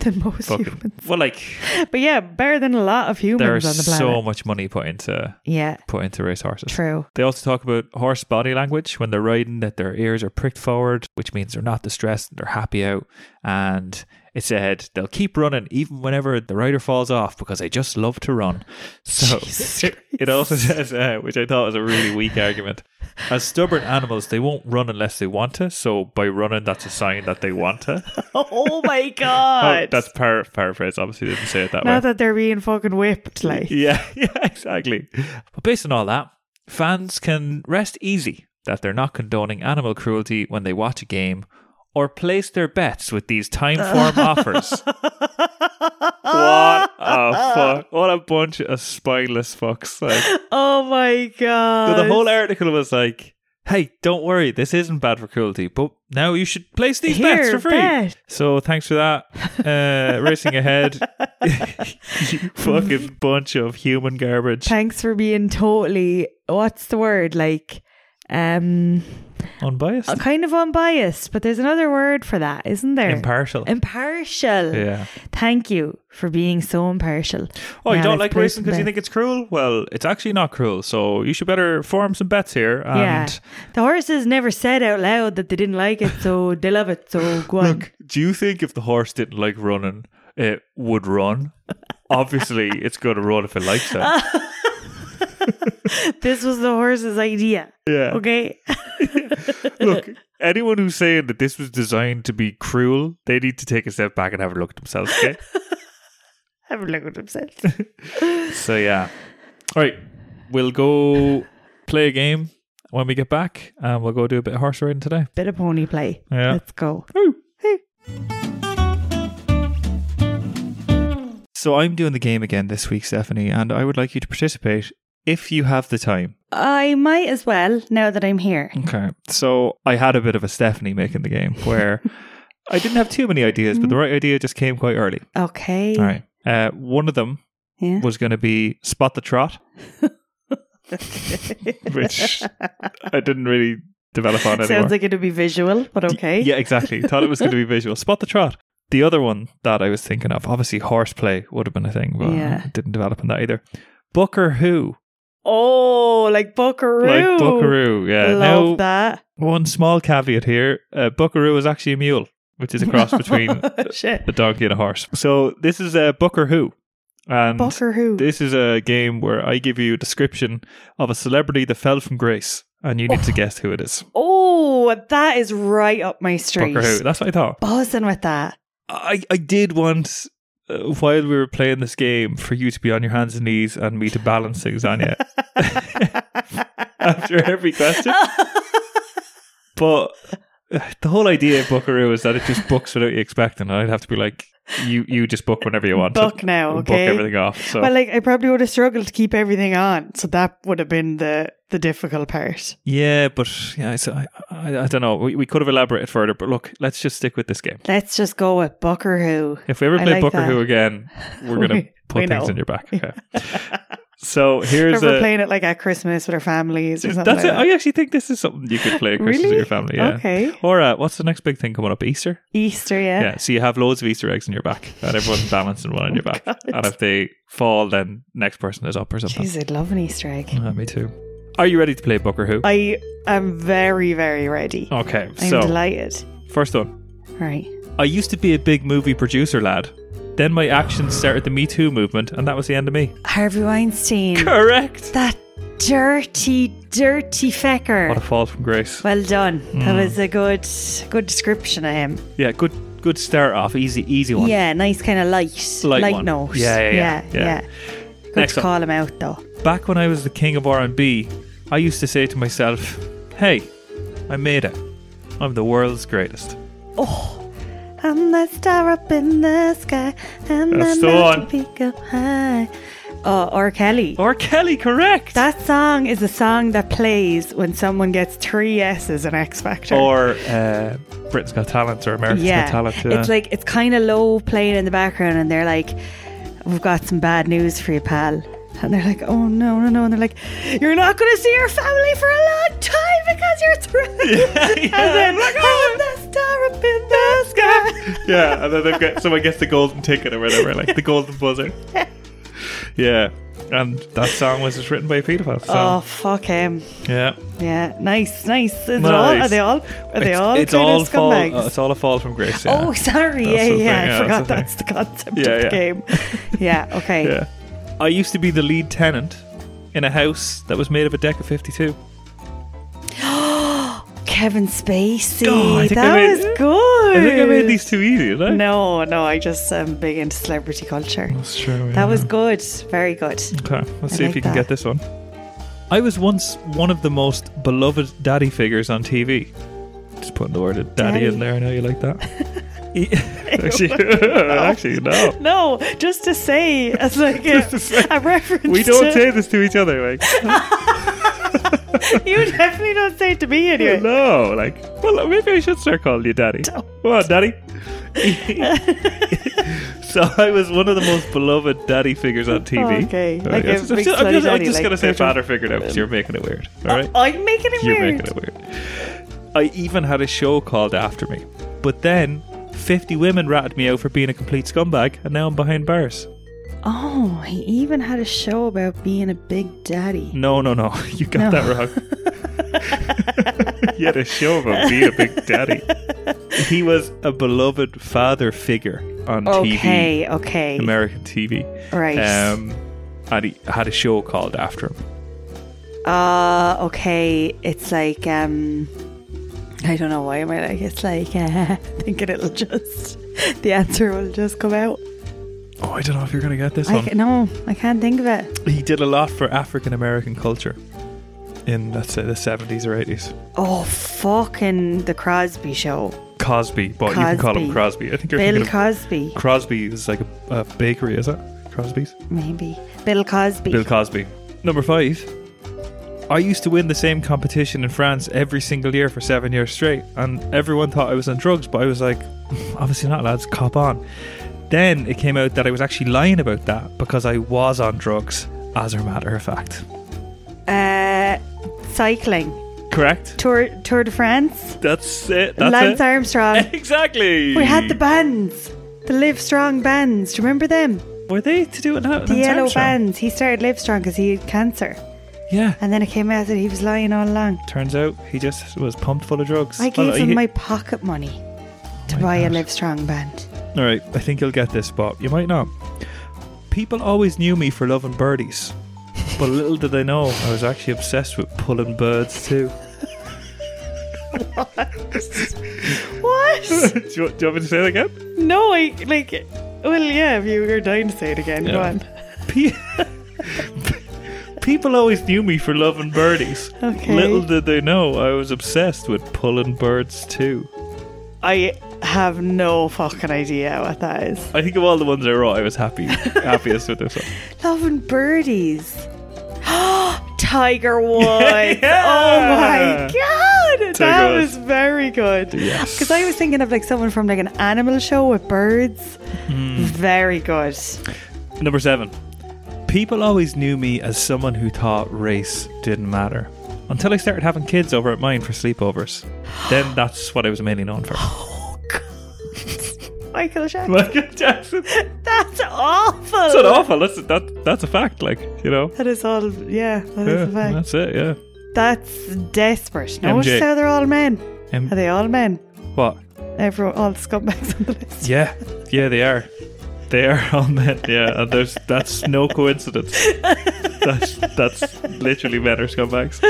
than most
fucking.
humans.
Well, like
But yeah, better than a lot of humans on the
there's
planet.
so much money put into
yeah,
put into racehorses.
true.
They also talk about horse body language when they're riding, that their ears are pricked forward, which means they're not distressed and they're happy out. And It said they'll keep running even whenever the rider falls off because they just love to run. So
Jesus
it, it also says, uh, which I thought was a really weak argument, as stubborn animals, they won't run unless they want to. So by running, that's a sign that they want to.
Oh my
Oh,
god!
that's par- paraphrase. Obviously, they didn't say it that
now
way.
that they're being fucking whipped, like
Yeah, yeah, exactly. But based on all that, fans can rest easy that they're not condoning animal cruelty when they watch a game or place their bets with these time form offers.
Ah!
What a fuck! What a bunch of spineless fucks! Like,
oh my god!
so the whole article was like, "Hey, don't worry, this isn't bad for cruelty, but now you should place these
Here,
bets for free."
bet.
So thanks for that. Uh, racing ahead, you fucking bunch of human garbage,
Thanks for being totally. What's the word like? Um,
unbiased,
kind of unbiased, but there's another word for that, isn't there?
impartial.
Impartial.
yeah.
Thank you for being so impartial.
Oh, you
Now
don't
let's
like
place
racing
some
because you
bets.
think it's cruel? Well, it's actually not cruel. So you should better form some bets here. And
yeah. The horses never said out loud that they didn't like it, so they love it. So go on.
Look, do you think if the horse didn't like running, it would run? Obviously, it's going to run if it likes it.
This was the horse's idea.
Yeah.
Okay.
Look, anyone who's saying that this was designed to be cruel, they need to take a step back and have a look at themselves. Okay.
Have a look at themselves.
so yeah. All right, we'll go play a game when we get back, and we'll go do a bit of horse riding today.
Bit of pony play.
Yeah.
Let's go.
So I'm doing the game again this week, Stephanie, and I would like you to participate if you have the time.
I might as well now that I'm here.
Okay. So I had a bit of a Stephanie making the game where I didn't have too many ideas, but the right idea just came quite early.
Okay.
All right. Uh, one of them
Yeah.
was going to be spot the trot, which I didn't really develop on anymore.
Sounds like it'll be visual, but okay.
Yeah, exactly. Thought it was going to be visual. Spot the trot. The other one that I was thinking of, obviously, horseplay would have been a thing, but
Yeah.
I didn't develop on that either. Booker who,
Oh, like Buckaroo.
like Buckaroo, yeah.
Love
now,
that.
one small caveat here: uh, Buckaroo is actually a mule, which is a cross between a
Oh, Shit.
donkey and a horse. So this is a uh, Booker who, and
Buckaroo.
this is a game where I give you a description of a celebrity that fell from grace, and you need to guess who it is.
Oh, that is right up my street.
Booker who? That's what I thought.
Buzzing with that.
I, I did want, uh, while we were playing this game, for you to be on your hands and knees and me to balance things on you after every question. But uh, the whole idea of Buckaroo is that it just books without you expecting. And I'd have to be like, you you just book whenever you want.
Book now,
Book
okay?
everything off. So
Well, like I probably would have struggled to keep everything on, so that would have been the the difficult part.
yeah, but yeah, so I, I I don't know. We, we could have elaborated further, but look, let's just stick with this game.
Let's just go with Buckaroo.
If we ever
I
play
like
Booker
that.
Who again, we're
We-
gonna put
we
things
know.
in your back. Okay. so here's
Or we're
a
playing it like at Christmas with our families or
That's
something.
it.
like
I actually think this is something you could play at Christmas
Really?
with your family. Yeah.
Okay.
Or uh, what's the next big thing coming up? Easter.
that. Easter, yeah.
Yeah. So you have loads of Easter eggs in your back, and everyone's balancing one on your
Oh,
back. And if they fall, then next person is up or something.
Jeez, I'd love an Easter egg.
Uh, me too. Are you ready to play Booker Who?
I am very, very ready.
okay.
I'm
Oh, so
delighted.
first one.
Right.
I used to be a big movie producer lad. Then my actions started the Me Too movement, and that was the end of me.
Harvey Weinstein.
Correct.
that dirty, dirty fecker.
What a Hmm. fall from grace.
Well done. That was a good good description of him.
Yeah. Good. Good start off. Easy. Easy one.
Yeah, nice kind of light,
Light
light,
one.
note.
Yeah, yeah, yeah, yeah.
Good
Next
to
up.
call him out though.
Back when I was the king of R&B, I used to say to myself, "Hey, I made it. I'm the world's greatest."
Oh, I'm that star up in the sky, and
That's
I'm
the one.
to peak up high. Oh, or Kelly.
Or Kelly, correct.
that song is a song that plays when someone gets three S's in X Factor.
or uh, Britain's Got Talent or America's Got
yeah,
Talent. yeah.
it's like it's kind of low playing in the background, and they're like, "We've got some bad news for you, pal." And they're like, "Oh no, no, no!" And they're like, "You're not going to see your family for a long time because you're through." And then
yeah. "Oh,
"I'm the star up in the sky.
yeah, and then they've got, someone gets the golden ticket or whatever, like the golden buzzer. Yeah. And that song was just written by a paedophile. So,
Oh fuck him!
yeah.
Yeah, nice, nice. Is It all,
Nice.
are they all? Are they
it's,
all?
it's
kind
all
of
fall,
scumbags?
uh, it's all a fall from grace. Yeah.
Oh, sorry.
That's
yeah,
the thing,
yeah.
yeah,
I forgot that's
that's
the concept
Yeah,
of the
yeah.
game. yeah. Okay.
yeah. I used to be the lead tenant in a house that was made of a deck of 52.
Kevin Spacey.
Oh, I think I
that
made-
was good.
I think I made these too easy, did I?
No, no. I just am big into celebrity culture.
That's true.
That was good. Very good.
Okay, let's
I
see
like
if you can
that.
get this one. I was once one of the most beloved daddy figures on TV. Just putting the word daddy,
Daddy.
in there. I know you like that. E- actually, actually, no.
No, just to say, as like a,
to say.
a reference.
We don't
to-
say this to each other. Like,
You definitely don't say it to me anyway.
no. Like, well, maybe I should start calling you daddy. Come on, daddy. so I was one of the most beloved daddy figures on TV.
Oh, Okay,
All
like
right,
a
I'm just, I'm
big
just, I'm
slutty
just
daddy, like
gonna say
Pedro.
father figure now because you're making it weird. All right.
I'm making it
You're
weird.
making it weird. I even had a show called after me, but then 50 women ratted me out for being a complete scumbag, and now I'm behind bars.
Oh, he even had a show about being a big daddy.
No, no, no, you got
No.
that wrong. you had a show about being a big daddy. He was a beloved father figure on TV,
Okay, okay.
American TV.
Right.
Um, and he had a show called after him.
Uh, okay. It's like, um, I don't know why am I like, it's like, uh, thinking it'll just, the answer will just come out.
Oh, I don't know if you're going to get this
I
one.
ca- no, I can't think of it.
He did a lot for African American culture in, let's say, the 70s or 80s.
Oh, fucking the Crosby show.
Cosby, but you can call him Crosby. I think you're
Bill
thinking of
Cosby,
Crosby is like a, a bakery, is it? Crosby's?
maybe. Bill Cosby.
Bill Cosby. Number five. I used to win the same competition in France every single year for seven years straight, and everyone thought I was on drugs, but I was like, obviously not, lads, cop on. Then it came out that I was actually lying about that because I was on drugs, as a matter of fact.
uh, cycling.
Correct?
Tour, Tour de France.
That's it. That's
Lance
it.
Armstrong.
Exactly.
We had the bands, the Live Strong bands. Do you remember them?
Were they to do it now?
The yellow bands. He started Live Strong because he had cancer,
Yeah.
and then it came out that he was lying all along.
Turns out he just was pumped full of drugs.
I gave
Well,
him
he- Oh
my pocket money to
my
buy
God.
a Live Strong band.
All right, I think you'll get this, Bob. You might not. People always knew me for loving birdies, but little did they know I was actually obsessed with pulling birds too.
What?
do, you, do you want me to say that again?
no, I like. Well, yeah, if you were dying to say it again, go
Yeah.
on.
Pe- People always knew me for loving birdies.
Okay.
Little did they know I was obsessed with pulling birds too.
I have no fucking idea what that is.
I think of all the ones I wrote, I was happy, happiest with this one.
Loving birdies. Tiger Woods.
Yeah.
Oh my god. that
Tiger Woods.
was very good.
Yes.
Because I was thinking of like someone from like an animal show with birds. Hmm. Very good.
Number seven. People always knew me as someone who thought race didn't matter. Until I started having kids over at mine for sleepovers. Then that's what I was mainly known for.
Michael Jackson.
Michael Jackson.
That's awful.
That's not awful. That's that, that's a fact, like, you know.
That is all. Yeah, that is
Yeah,
a fact.
that's it, yeah.
That's desperate. No,
MJ.
so they're all men.
Um,
Are they all men?
what?
Everyone, all the scumbags on the list.
Yeah. Yeah, they are. They are all men. Yeah, and there's that's no coincidence. That's that's literally men are scumbags.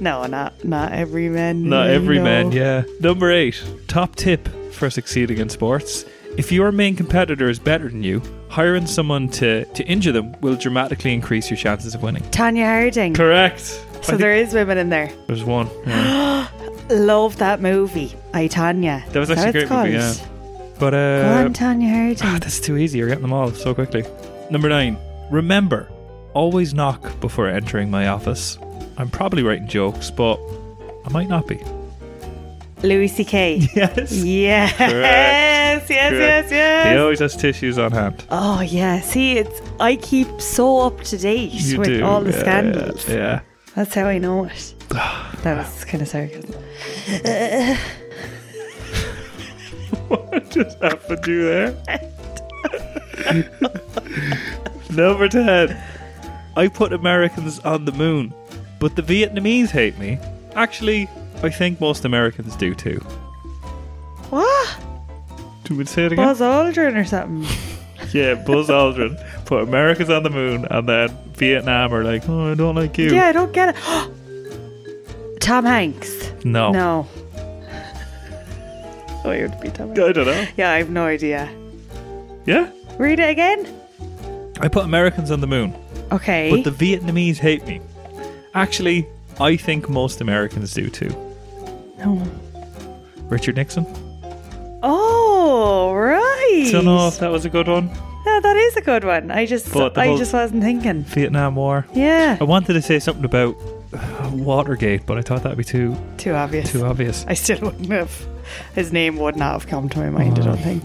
No, not not every man.
Not every
no.
man, yeah. Number eight, top tip for succeeding in sports. If your main competitor is better than you, hiring someone to, to injure them will dramatically increase your chances of winning.
Tanya Harding.
Correct. I
So
think
there is women in there.
there's one. yeah.
Love that movie, I Tanya.
That was
Is
actually a
what
great movie,
it's
yeah.
called?
But
Go
uh,
on, Tanya
ah,
Harding.
this is too easy. You're getting them all so quickly. Number nine, remember, always knock before entering my office. I'm probably writing jokes, but I might not be.
Louis C.K.
Yes.
yes, yes, yes,
Correct. He
yes.
always has tissues on hand.
Oh yeah. See, it's I keep so up to date
You
with
do.
all the
yeah,
scandals.
Yeah. yeah.
That's how I know it. that was kind of sarcasm.
What just happened to you there? Number 10. I put Americans on the moon, but the Vietnamese hate me. Actually, I think most Americans do too.
What?
Do we say it again?
Buzz Aldrin or something?
Yeah, Buzz Aldrin put Americans on the moon, and then Vietnam are like, oh, I don't like you.
Yeah, I don't get it. Tom Hanks.
No.
No. oh, it would be Tom Hanks.
I don't know.
Yeah, I have no idea.
Yeah?
Read it again.
I put Americans on the moon,
Okay.
but the Vietnamese hate me. Actually, I think most Americans do too.
no.
Richard Nixon?
Oh, right.
Don't know if that was a good one.
Yeah, that is a good one. I just,
But the
I
whole- Oh.
just wasn't thinking.
Vietnam War.
Yeah.
I wanted to say something about Watergate, but I thought that'd be too
Too obvious.
too obvious.
I still wouldn't have. His name would not have come to my mind. I
Ah.
don't think.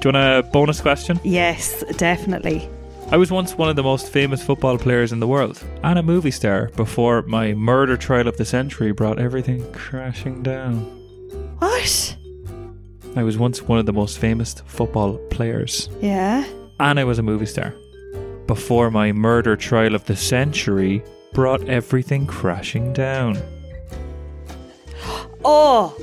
Do you want a bonus question?
Yes, definitely.
I was once one of the most famous football players in the world and a movie star before my murder trial of the century brought everything crashing down.
What?
I was once one of the most famous football players
Yeah.
and I was a movie star before my murder trial of the century brought everything crashing down.
Oh.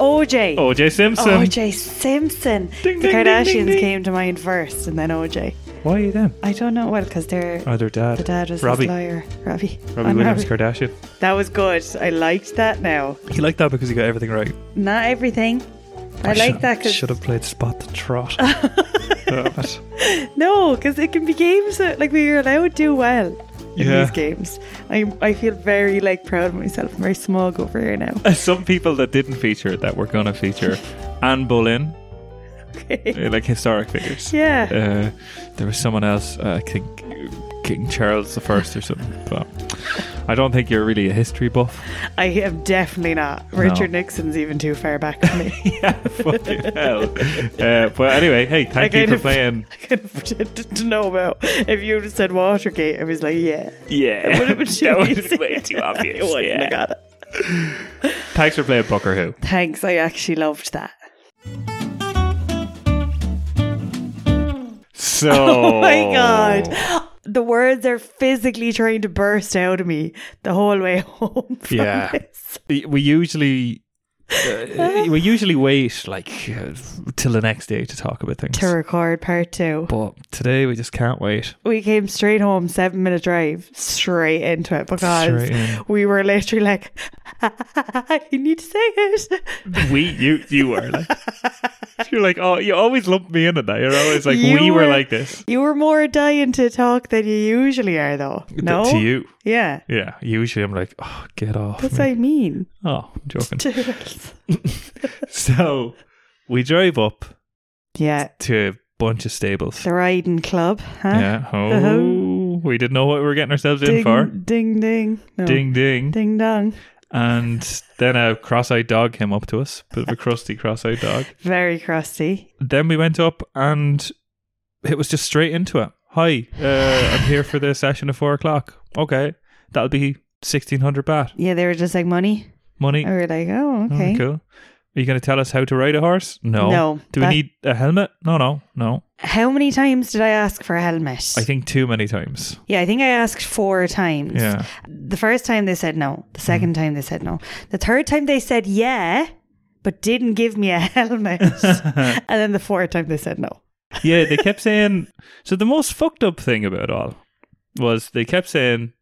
OJ.
OJ Simpson.
OJ Simpson.
Ding,
the
ding, ding,
Kardashians
ding, ding.
came to mind first, and then OJ.
Why are you them?
I don't know what because they're
Oh, their dad.
the dad was
Robbie.
his lawyer, Robbie.
Robbie
And
Williams
Robbie.
Kardashian.
That was good. I liked that. Now,
He liked that because he got everything right.
not everything. I, like that
Should
because
have played spot the trot. Damn it.
no, because it can be games that, like we are allowed to do well in
Yeah.
these games. I I feel very like proud of myself. I'm very smug over here now.
Some people that didn't feature that were gonna feature Anne Boleyn,
Okay.
uh, like historic figures.
Yeah.
Uh, there was someone else. Uh, I think King Charles the First or something. But I don't think you're really a history buff.
I am definitely not. Richard Nixon's even too far back for me.
yeah, fucking hell. Uh, but anyway, hey,
I
thank you
kind
for
of-
playing.
I kind of pretended to know about. If you would have said Watergate, I was like, yeah.
Yeah,
It would have been too
that
easy.
was way too
I
obvious.
wouldn't
yeah.
have got it.
Thanks for playing Booker Who.
Thanks. I actually loved that.
So,
Oh my god. The words are physically trying to burst out of me the whole way home. From
Yeah.
this.
we usually uh, we usually wait like uh, till the next day to talk about things.
To record part two.
but today we just can't wait.
We came straight home, seven minute drive, straight into it because
Straight in.
we were literally like, you need to say it.
We you you were like you're like oh you always lump me in at that. You're always like
You
we were,
were-
like this
You were more dying to talk than you usually are, though. No?
to you.
Yeah.
Yeah, usually I'm like oh get off.
That's
me.
what I mean.
oh, I'm joking. so we drive up
yeah.
to a bunch of stables.
The riding club, huh?
Yeah. Oh, we didn't know what we were getting ourselves in for.
Uh-huh. Ding, ding, ding. No.
Ding ding.
Ding dong.
And then a cross-eyed dog came up to us, bit of a crusty cross-eyed dog.
Very crusty.
Then we went up, and it was just straight into it. Hi, uh, I'm here for the session at four o'clock. Okay, that'll be sixteen hundred baht
Yeah, they were just like money.
money.
And we were like, oh,
Oh,
okay.
cool. Are you going to tell us how to ride a horse? No.
No,
Do we
that-
need a helmet? No, no, no.
How many times did I ask for a helmet?
I think too many times.
yeah, I think I asked four times.
Yeah. Mm.
The first time they said no. The second time they said no. The third time they said yeah, but didn't give me a helmet. and then the fourth time they said no.
yeah, they kept saying. So the most fucked up thing about it all was they kept saying,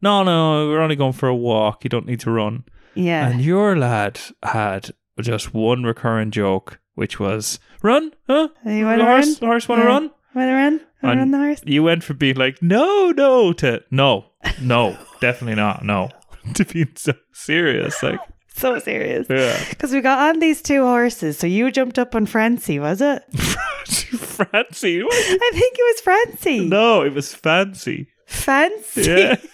"No, no, we're only going for a walk. You don't need to run."
Yeah.
And your lad had just one recurring joke, which was, "Run, huh?
You wanna
the horse,
run?
the horse want to
Yeah.
run."
Want to run? Want to
And
run the horse?
You went from being like, "No, no," to "No, no, definitely not, no," to being so serious, like,
So serious.
yeah.
Because we got on these two horses. So you jumped up on Francie, was it?
Fancy? What?
I think it was Francie.
No, it was fancy.
Fancy.
Yeah.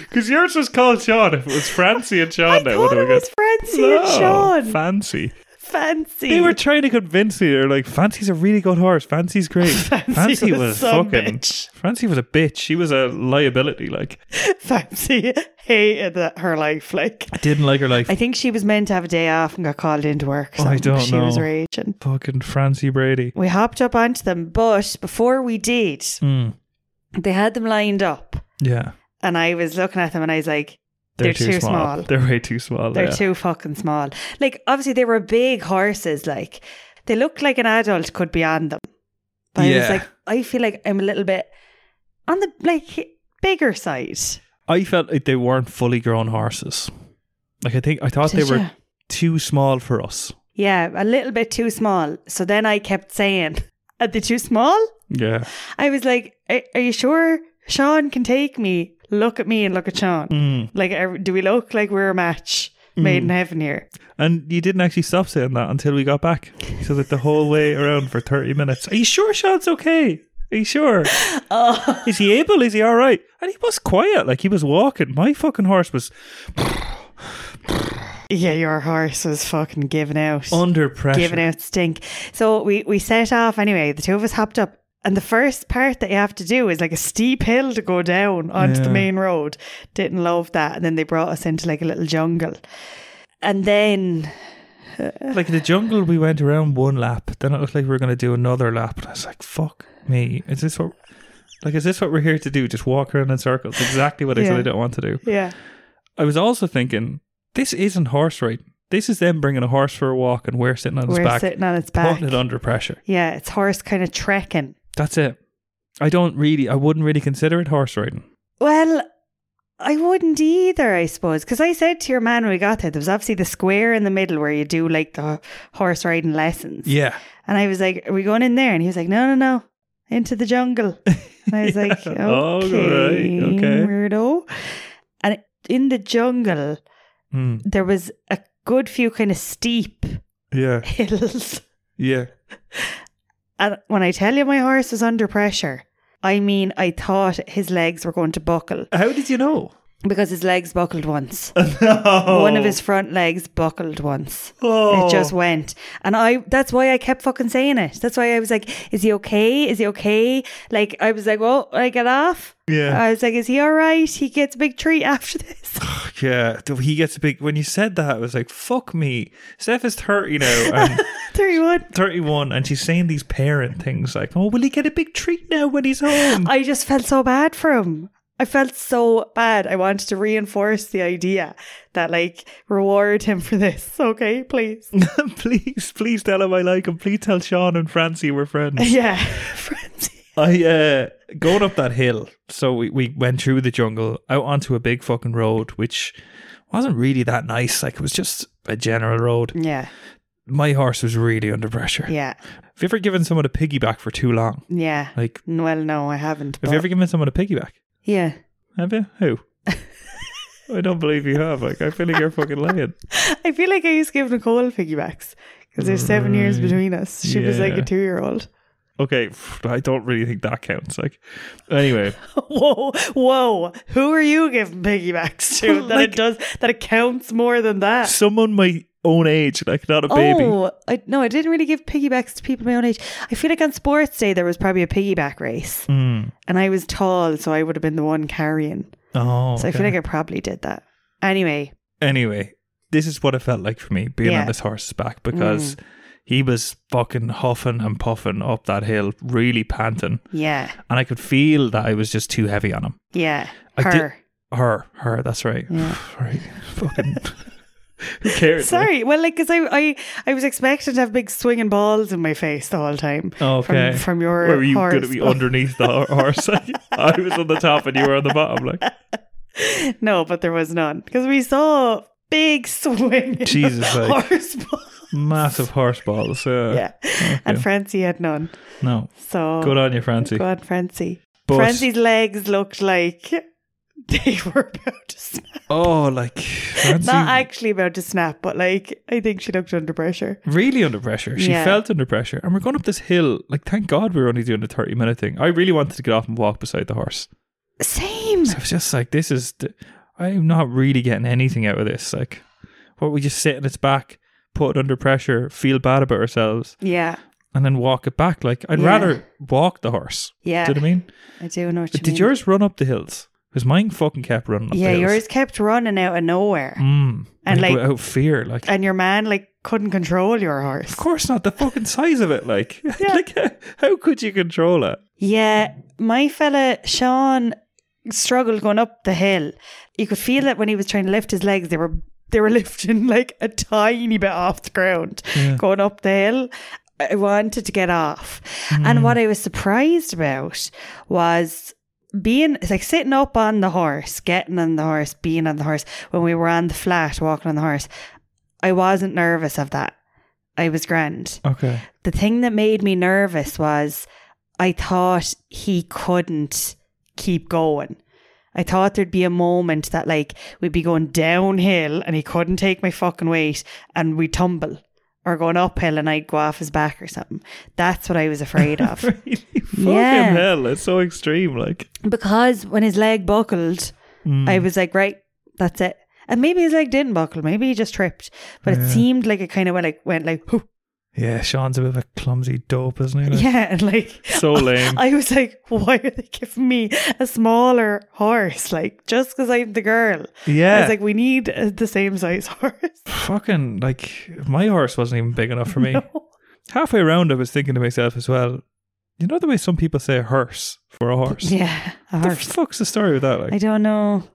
Because yours was called Sean. If it was Francie and
I
Sean, that would
thought it
have been
was Francie and Sean.
Fancy.
fancy.
They were trying to convince me. They're like, "Fancy's a really good horse. Fancy's great. Fancy, was,
some
fucking.
bitch.
Fancy was a bitch. She was a liability. Like,
Fancy hated that, her life. Like,
I didn't like her. Like,
I think she was meant to have a day off and got called into work.
Oh, I
something.
don't
she was
know.
raging.
fucking Francie Brady.
We hopped up onto them, but before we did,
Mm,
they had them lined up,
yeah,
and I was looking at them, and I was like,
they're,
They're
too,
too
small.
small.
They're way too small.
They're
yeah.
too fucking small. Like obviously they were big horses. Like they looked like an adult could be on them. But I was
Yeah.
like, I feel like I'm a little bit on the like bigger side.
I felt like they weren't fully grown horses. Like, I think I thought
Did
they were
ya?
too small for us.
Yeah, a little bit too small. So then I kept saying, "Are they too small?"
Yeah.
I was like, "Are, are you sure Sean can take me? Look at me and look at Sean.
Mm.
Like, are, do we look like we're a match made in heaven here?"
And you didn't actually stop saying that until we got back. So that the whole way around for 30 minutes. Are you sure Sean's okay? Are you sure? Is he able? Is he all right? And he was quiet, like he was walking. My fucking horse was
Yeah, your horse was fucking giving out.
under pressure.
giving out stink. So we we set off anyway. The two of us hopped up, and the first part that you have to do is like a steep hill to go down onto the
Yeah.
main road. Didn't love that, and then they brought us into like a little jungle, and then
Like the jungle, we went around one lap. Then it looked like we were going to do another lap. And I was like, fuck me. Is this what. Like, is this what we're here to do? Just walk around in circles? Exactly what I said
Yeah.
I don't want to do.
yeah,
I was also thinking, this isn't horse riding. This is them bringing a horse for a walk and we're sitting on his
we're
back,
sitting on its back.
putting it under pressure.
yeah, its horse kind of trekking.
That's it. I don't really, I wouldn't really consider it horse riding.
Well. I wouldn't either, I suppose, because I said to your man when we got there, there was obviously the square in the middle where you do like the horse riding lessons.
Yeah.
And I was like, "Are we going in there?" And he was like, "No, no, no, into the jungle." And I was like, "Okay,
Yeah. All Oh, right, okay."
weirdo." And in the jungle,
Mm.
there was a good few kind of steep
Yeah.
hills.
Yeah.
And when I tell you, my horse was under pressure. I mean, I thought his legs were going to buckle
How did you know?
because his legs buckled once.
no.
One of his front legs buckled once.
Oh.
It just went. And I that's why I kept fucking saying it. That's why I was like, is he okay? Is he okay? Like I was like, well, I get off.
Yeah.
I was like, is he all right? He gets a big treat after this.
yeah. Th- He gets a big, when you said that, I was like, fuck me. Steph is 30 now and
31.
31 and she's saying these parent things like, oh, will he get a big treat now when he's home?
I just felt so bad for him. I felt so bad. I wanted to reinforce the idea that like reward him for this. Okay, please.
please, please tell him I like him. Please tell Sean and Francie we're friends.
yeah. Friends.
I uh going up that hill. So we, we went through the jungle out onto a big fucking road, which wasn't really that nice. Like it was just a general road.
Yeah.
My horse was really under pressure.
Yeah.
Have you ever given someone a piggyback for too long?
Yeah.
Like
Well, no, I haven't.
have
but-
you ever given someone a piggyback?
yeah.
Have you? Who? I don't believe you have. Like I feel like you're fucking lying.
I feel like I used to give Nicole piggybacks because there's seven years
Right.
between us. She was like a
Yeah.
two year old.
Okay, I don't really think that counts. Like anyway.
whoa, whoa! Who are you giving piggybacks to that
Like-
it does that it counts more than that?
someone my own age, like not a baby.
Oh, I, no, I didn't really give piggybacks to people my own age. I feel like on sports day there was probably a piggyback race,
Mm.
and I was tall, so I would have been the one carrying.
Oh,
So I feel
okay.
like I probably did that. Anyway,
anyway, this is what it felt like for me being
Yeah. Mm.
on this horse's back because he was fucking huffing and puffing up that hill, really panting,
yeah,
and I could feel that I was just too heavy on him.
yeah,
I did-
her.
Her, her, that's right.
Yeah.
right. Fucking. Who cares?
Sorry, well, like, because I, I, I was expecting to have big swinging balls in my face the whole time.
Oh, Okay.
From, from your
Were you
horse.
going to be underneath the hor- horse? I was on the top and you were on the bottom. Like,
No, but there was none because we saw big swing
Jesus, like,
horse balls.
massive horse balls. uh,
Yeah, and Francie had none.
No.
So
Good on you, Francie.
go on, Francie.
But-
Francie's legs looked like they were about to snap.
Oh, like Francie
Not actually about to snap, but like I think she looked under pressure.
really under pressure. She
Yeah.
felt under pressure, and we're going up this hill. Like, thank God we were only doing a thirty-minute thing. I really wanted to get off and walk beside the horse.
Same.
So I was just like, this is. th- I'm not really getting anything out of this. Like, what we just sit on its back, put under pressure, feel bad about ourselves,
Yeah.
and then walk it back. Like I'd
Yeah.
rather walk the horse.
Yeah.
Do you know what I mean?
I do know what you
Did
mean.
yours run up the hills? Because mine fucking kept running up
yeah,
the hills.
yours kept running out of nowhere.
Mm.
And, like-
without fear, like
And your man like couldn't control your horse.
of course not. The fucking size of it, like, like how could you control it?
Yeah, my fella Sean struggled going up the hill. You could feel it when he was trying to lift his legs. They were they were lifting like a tiny bit off the ground
Yeah.
going up the hill. I wanted to get off. And what I was surprised about was being it's like sitting up on the horse, getting on the horse, being on the horse when we were on the flat, walking on the horse. I wasn't nervous of that. I was grand
Okay.
the thing that made me nervous was I thought he couldn't keep going. I thought there'd be a moment that like we'd be going downhill and he couldn't take my fucking weight and we tumble or going uphill and I'd go off his back or something. That's what I was afraid of.
Really? Fucking
Yeah.
hell, it's so extreme. Like,
because when his leg buckled,
Mm.
I was like, right, that's it. And maybe his leg didn't buckle, maybe he just tripped. But it seemed like it kind of went like went like, "Hoo."
yeah, Sean's a bit of a clumsy dope, isn't he? Like,
yeah, and like
So lame.
I was like, why are they giving me a smaller horse? Like, just because I'm the girl. I
yeah,
was like, we need uh, the same size horse.
fucking like my horse wasn't even big enough for me. Halfway around, I was thinking to myself as well. You know the way some people say hearse for a horse.
Yeah, a
The
horse.
fuck's the story with that? Like,
I don't know.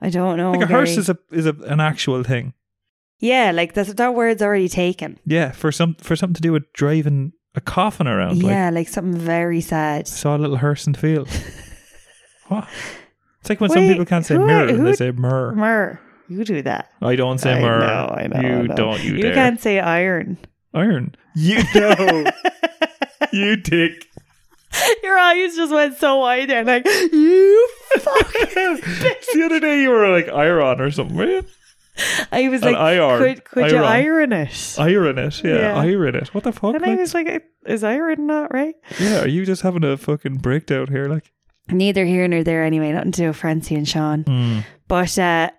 I don't know.
like a hearse
Gary.
is a is a, an actual thing.
yeah, like that's, that word's already taken.
Yeah, for some for something to do with driving a coffin around. Like,
yeah, like something very sad.
saw a little hearse in the field. what? It's like when some
Wait,
people can't say
who-
mirror and
who-
they say myrrh.
Mer, you do that.
I don't say
I
myrrh.
know, I know,
You
I know.
don't. You,
You
dare.
can't say iron.
Iron. You know. you dick.
Your eyes just went so wide there, like, you fuck.
It's the other day you were like iron or something, were you?
I was
An
like,
iron.
could, could you iron
Iron.
it?
Iron it. Yeah.
Yeah.
Iron it. What the fuck?
And I
Like,
was like, is iron not right?
yeah. Are you just having a fucking breakdown here? Like,
neither here nor there anyway, nothing to do with Francie and Sean.
Hmm.
But uh,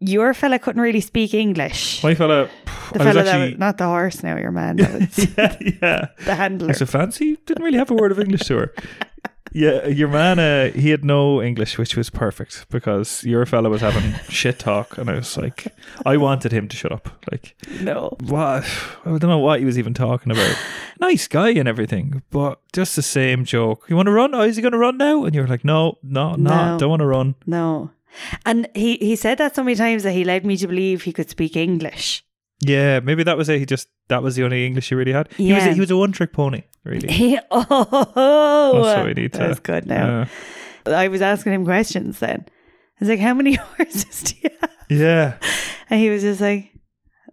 your fella couldn't really speak English.
my fella.
the
I was
fella that
actually.
was, not the horse now, your man, that was
yeah. Yeah.
the handler.
Like, so fancy didn't really have a word of English to her. Yeah, your man, uh, he had no English, which was perfect because your fella was having shit talk, and I was like, I wanted him to shut up. Like,
No.
what? I don't know what he was even talking about. Nice guy and everything, but just the same joke. You want to run? Oh, is he going to run now? And you're like, no, no, no,
No.
don't want to run.
No. And he, he said that so many times that he led me to believe he could speak English.
Yeah, maybe that was it. He just that was the only English he really had. He was a,
Yeah.
he was a one trick pony, really.
He, oh,
That's what we need to.
that's good now. I was asking him questions then. I was like, how many horses do you have?
Yeah.
And he was just like,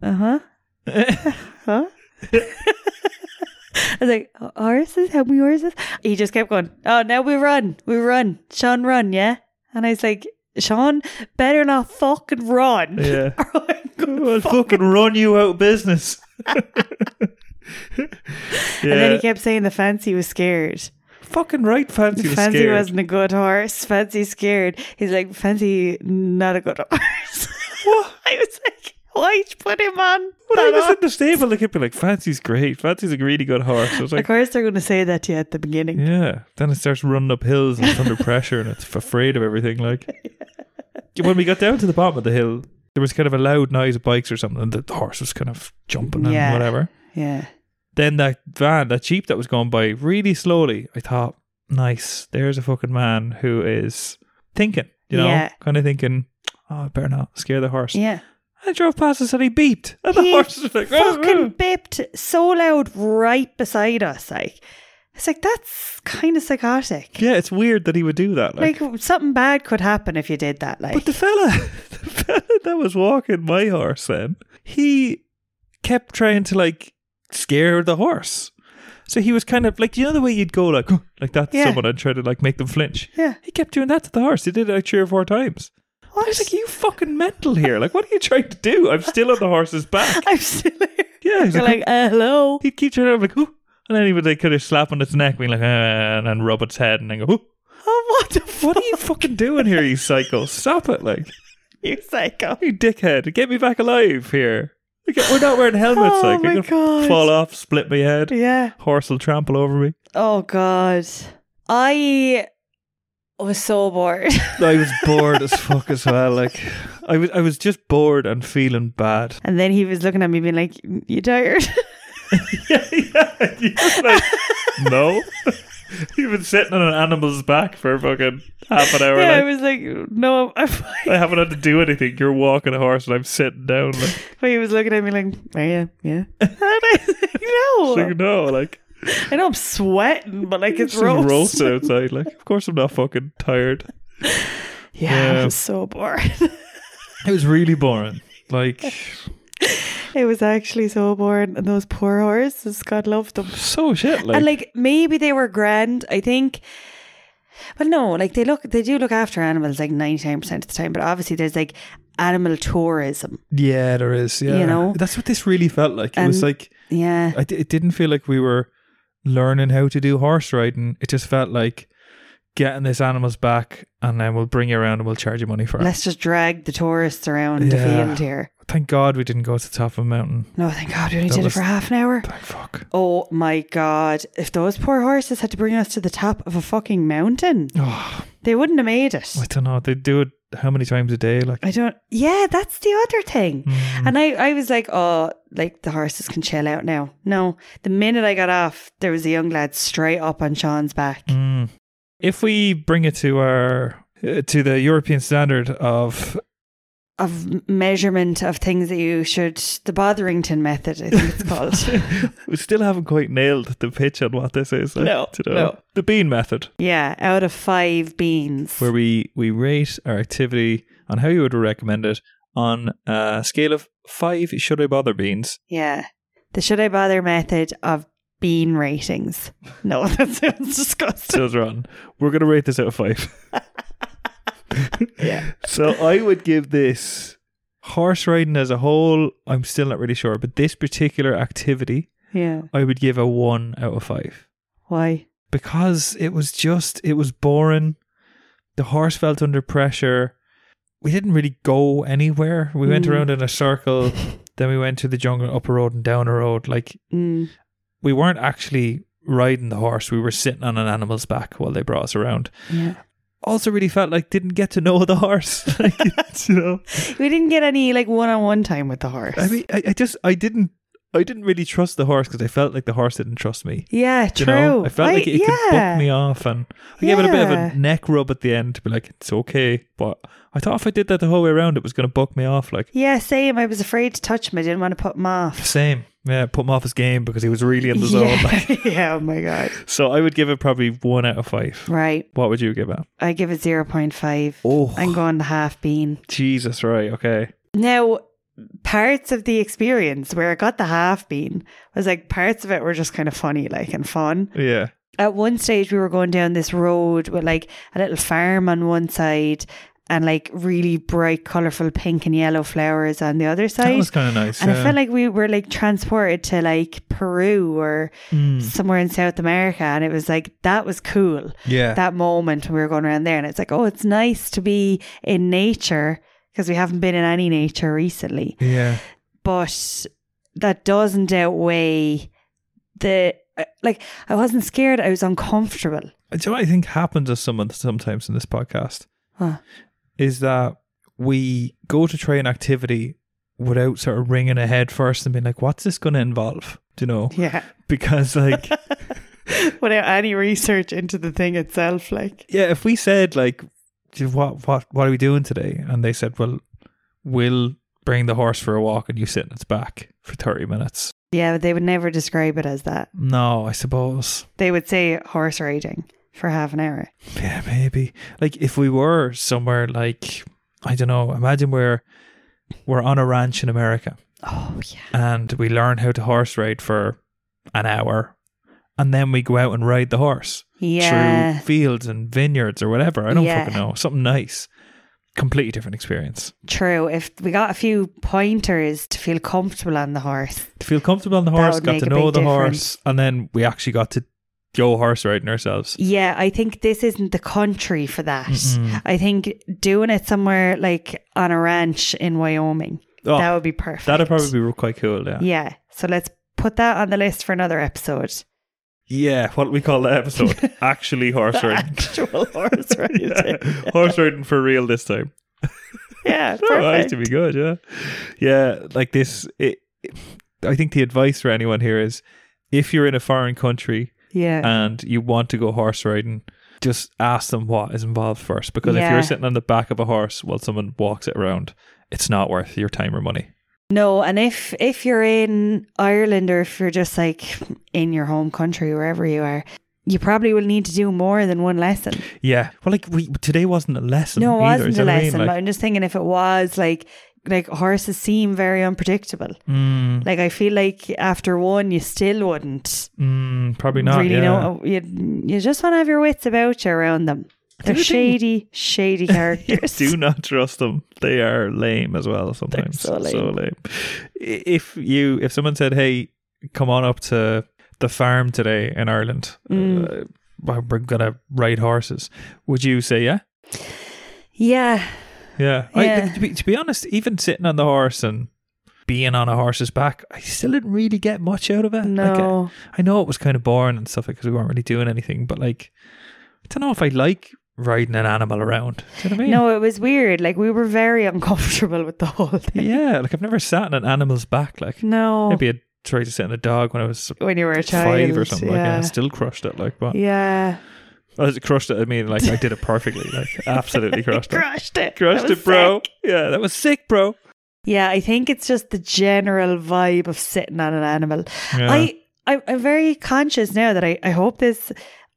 uh huh.
yeah.
huh? I was like, "Oh, horses? How many horses? He just kept going, oh, now we run. We run. Sean, run, yeah? And I was like, Sean, better not fucking run.
yeah.
Or I'm gonna
I'll
fuck-"
fucking run you out of business.
And then he
yeah,
kept saying the fancy was scared.
fucking right, fancy. was
fancy
scared.
wasn't a good horse. Fancy scared. He's like, fancy, not a good horse. what? I was like, why'd you put him on?
When I
that
was
horse?
in the stable, they kept being like, "Fancy's great. Fancy's a really good horse." I was
Of
like,
course, they're going to say that to you at the beginning.
"Yeah." Then it starts running up hills and it's under pressure and it's afraid of everything. Like when we got down to the bottom of the hill, there was kind of a loud noise of bikes or something, and the horse was kind of jumping and
Yeah.
whatever.
Yeah.
Then that van, that jeep that was going by really slowly, I thought, nice, there's a fucking man who is thinking, you know,
Yeah.
kind of thinking, oh, I better not scare the horse.
Yeah.
I drove past us and he beeped. And the
He
horse was like, oh,
fucking bipped so loud right beside us. Like, it's like that's kind of psychotic.
Yeah, it's weird that he would do that. Like,
Like something bad could happen if you did that. Like,
But the fella, the fella that was walking my horse then, he kept trying to like scare the horse. So he was kind of like, you know, the way you'd go like, "Huh," like that to
Yeah.
someone and try to like make them flinch.
yeah,
He kept doing that to the horse. He did it like three or four times. I was
what?
like, "You fucking mental here! Like, what are you trying to do?" I'm still on the horse's back.
I'm still here.
Yeah, he's
You're
like,
like, uh, hello.
he'd keep trying to I'm like, "Ooh," and then he would like kind of slap on its neck, being like, "Ah," and then rub its head, and then go, "Ooh,
Oh, what the fuck?
"What are you fucking doing here, you psycho? Stop it! Like,
You psycho.
you dickhead! Get me back alive here!" We can't- We're not wearing helmets.
Oh
like,
my
I'm gonna
God.
fall off, split my head.
Yeah.
Horse will trample over me.
Oh god. I was so bored.
I was bored as fuck as well. Like, I was, I was just bored and feeling bad.
And then he was looking at me being like, You tired?
yeah, yeah. He was like, no. You've been sitting on an animal's back for fucking half an hour.
yeah, I
like,
was like, No, I'm fine.
I haven't had to do anything. You're walking a horse and I'm sitting down. Like,
But he was looking at me like, Oh yeah, yeah. And I was like,
so
No.
you know, like,
I know I'm sweating, but like it's
just
roast.
roasted outside. Like, of course I'm not fucking tired.
Yeah,
Yeah.
I was so bored.
It was really boring. Like,
it was actually so bored. And those poor horses, God loved them.
so shit. Like,
and like maybe they were grand. I think, but no, like they look, they do look after animals like ninety nine percent of the time. But obviously, there's like animal tourism.
yeah, there is. Yeah,
You know?
that's what this really felt like. It was
And-
like
Yeah,
I d- it didn't feel like we were learning how to do horse riding. It just felt like getting this animal's back, and then we'll bring you around and we'll charge you money for it.
let's just drag the tourists around
Yeah.
the field here.
Thank God we didn't go to the top of a mountain.
No, thank God we only
That
did
was-
it for half an hour.
Thank fuck.
Oh my God! If those poor horses had to bring us to the top of a fucking mountain,
Oh,
they wouldn't have made it.
I don't know. They do it how many times a day? Like,
I don't. Yeah, that's the other thing.
mm,
And I, I was like, oh, like the horses can chill out now. No, the minute I got off, there was a young lad straight up on Sean's back.
mm. if we bring it to our uh, to the European standard of
Of m- measurement of things that you should, the Botherington method, I think it's called.
we still haven't quite nailed the pitch on what this is. like,
No,
you know.
no.
the bean method.
yeah, out of five beans.
where we we rate our activity on how you would recommend it on a scale of five should I bother beans.
yeah. The should I bother method of bean ratings. No, that sounds disgusting.
So it's wrong. We're gonna rate this out of five.
Yeah.
So I would give this horse riding as a whole, I'm still not really sure, but this particular activity
Yeah.
I would give a one out of five.
Why?
Because it was just it was boring. The horse felt under pressure. We didn't really go anywhere. We went
Mm.
around in a circle. Then we went to the jungle, up a road and down a road. Like
Mm.
we weren't actually riding the horse; we were sitting on an animal's back while they brought us around.
Yeah.
Also, really felt like didn't get to know the horse. Like, you know,
We didn't get any like one on one time with the horse.
I mean, I, I just I didn't I didn't really trust the horse because I felt like the horse didn't trust me.
yeah,
You
true.
know, I felt like it could
yeah.
buck me off, and I gave it a bit of
Yeah.
a neck rub at the end to be like, "It's okay." But I thought if I did that the whole way around, it was going to buck me off. Like
Yeah, same. I was afraid to touch him. I didn't want to put him off.
same, yeah, put him off his game because he was really in the zone.
Yeah. yeah, oh my God.
So I would give it probably one out of five.
Right.
What would you give it?
I give it 0.5.
Oh,
I'm going the half bean.
Jesus, right? Okay.
Now, parts of the experience where I got the half bean was like parts of it were just kind of funny, like and fun.
Yeah.
At one stage, we were going down this road with like a little farm on one side and like really bright, colorful pink and yellow flowers on the other
That
side.
was kind of nice.
and
yeah.
I felt like we were like transported to like Peru or
Mm,
somewhere in South America. And it was like, that was cool.
yeah.
That moment when we were going around there. And it's like, oh, it's nice to be in nature because we haven't been in any nature recently.
yeah.
But that doesn't outweigh the, uh, like, I wasn't scared. I was uncomfortable.
Do you know what I think happens to someone sometimes in this podcast?
Huh.
Is that we go to try an activity without sort of ringing ahead first and being like, what's this going to involve? Do you know?
Yeah.
Because, like,
Without any research into the thing itself, like,
yeah, if we said, like, "Do you- what, what, what are we doing today? And they said, well, we'll bring the horse for a walk and you sit on its back for 30 minutes.
yeah, they would never describe it as that.
No, I suppose.
They would say horse riding for half an hour.
Yeah, maybe. Like if we were somewhere like I don't know, imagine we're we're on a ranch in America
Oh, yeah.
and we learn how to horse ride for an hour and then we go out and ride the horse
Yeah.
through fields and vineyards or whatever. I don't
Yeah.
fucking know. Something nice. Completely different experience.
True. If we got a few pointers to feel comfortable on the horse.
To feel comfortable on the
That
horse,
would
got
make
to
a big
know the
difference.
horse, and then we actually got to go horse riding ourselves.
Yeah, I think this isn't the country for that.
Mm-mm.
I think doing it somewhere like on a ranch in Wyoming
Oh,
that would be perfect.
That'd probably be quite cool, yeah.
Yeah. So let's put that on the list for another episode.
Yeah, what we call the episode. Actually horse riding.
Actual horse riding.
Yeah.
yeah.
Horse riding for real this time. Oh, that used
perfect.
to be good, yeah. Yeah, like this it, it- I think the advice for anyone here is if you're in a foreign country
yeah.
and you want to go horse riding, just ask them what is involved first. Because if
Yeah.
you're sitting on the back of a horse while someone walks it around, it's not worth your time or money.
No, and if if you're in Ireland or if you're just like in your home country, wherever you are, you probably will need to do more than one lesson.
Yeah. Well, like we, today wasn't a lesson.
no, it
either,
wasn't
is
a
that what I mean?
lesson. but
Like,
I'm just thinking if it was like like horses seem very unpredictable.
mm,
Like I feel like after one, you still wouldn't
mm, probably not.
really
yeah.
know. You you just want to have your wits about you around them. They're
The other thing-
shady, shady characters.
Do not trust them. They are lame as well sometimes.
so lame.
I- If you if someone said, "Hey, come on up to the farm today in Ireland.
Mm.
Uh, we're gonna ride horses." Would you say, "Yeah,
Yeah,
yeah"? I,
Yeah.
to, be, to be honest, even sitting on the horse and being on a horse's back, I still didn't really get much out of it. Like,
no.
I know it was kind of boring and stuff because we weren't really doing anything, but like, I don't know if I like riding an animal around. Do you know what I mean?
No, it was weird. Like we were very uncomfortable with the whole thing.
Yeah, like I've never sat on an animal's back. Like
No,
maybe I tried to sit on a dog when I was
when you were a child,
five or something like that.
Yeah.
I still crushed it. Like, but
yeah,
I crushed it. I mean, like I did it perfectly. Like absolutely crushed it.
crushed it.
Crushed
That was
it, bro.
sick.
Yeah, that was sick, bro.
Yeah, I think it's just the general vibe of sitting on an animal.
Yeah.
I, I, I'm very conscious now that I, I hope this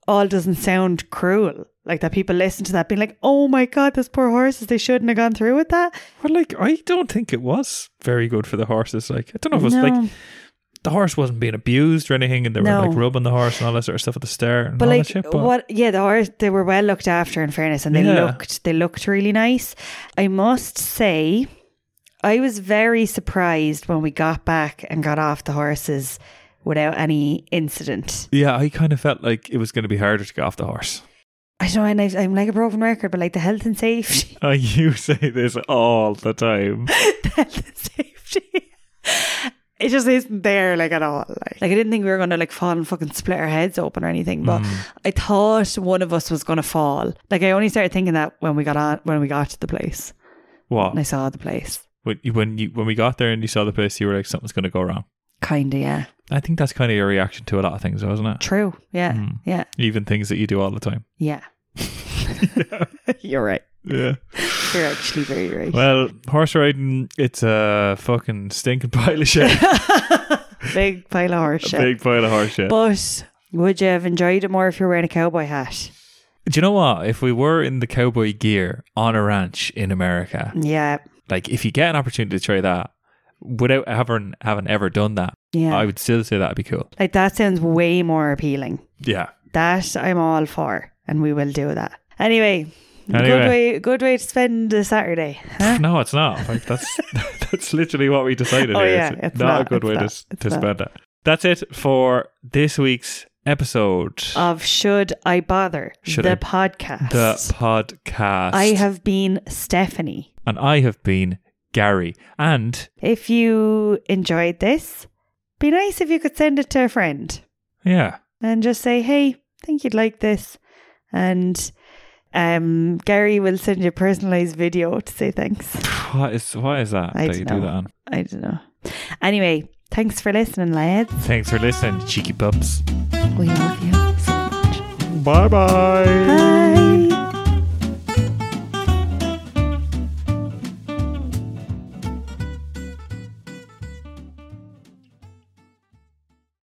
all doesn't sound cruel. Like that people listen to that being like, oh my god, those poor horses, they shouldn't have gone through with that.
well, like I don't think it was very good for the horses. Like I don't know if it was
no,
like the horse wasn't being abused or anything, and they were
No.
like rubbing the horse and all that sort of stuff at the start and
but
all
like
that shit. But
what? Yeah, the horse they were well looked after. In fairness, and they
Yeah.
looked they looked really nice. I must say, I was very surprised when we got back and got off the horses without any incident.
yeah, I kind of felt like it was going to be harder to get off the horse.
I don't know, and I, I'm like a broken record, but like the health and safety
Uh, you say this all the time.
health and safety. It just isn't there like at all. Like, like, I didn't think we were gonna like fall and fucking split our heads open or anything, but
Mm.
I thought one of us was gonna fall. Like I only started thinking that when we got on when we got to the place
What?
and I saw the place.
when you, when you when we got there and you saw the place, you were like, something's going to go wrong.
Kinda, yeah.
I think that's kind of your reaction to a lot of things, though, isn't it?
True. Yeah.
Mm.
Yeah.
Even things that you do all the time.
Yeah. You're right.
Yeah.
You're actually very right.
Well, horse riding, it's a fucking stinking pile of shit.
Big pile of horse
a
shit.
big pile of horse shit.
But would you have enjoyed it more if you were wearing a cowboy hat?
do you know what? If we were in the cowboy gear on a ranch in America,
Yeah.
like if you get an opportunity to try that without having having ever done that,
Yeah.
I would still say that'd be cool.
like that sounds way more appealing.
Yeah.
That I'm all for, and we will do that. Anyway,
Anyway.
good way, good way to spend a Saturday. Huh?
No, it's not. Like, that's that's literally what we decided.
Oh,
here.
yeah,
it's,
it's
not, a
not,
good
it's
way
not,
to, s-
it's
to
not.
spend it. That's it for this week's episode.
of should I bother
Should
the
I-
podcast?
the podcast.
I have been Stephanie.
and I have been Gary. And
If you enjoyed this, be nice if you could send it to a friend
yeah,
and just say, "Hey, think you'd like this," and um, Gary will send you a personalized video to say thanks.
what is what is that
I
that you
dunno.
do that on?
I don't know. Anyway, thanks for listening, lads.
Thanks for listening, cheeky pups.
We love you so much.
Bye bye.
Bye.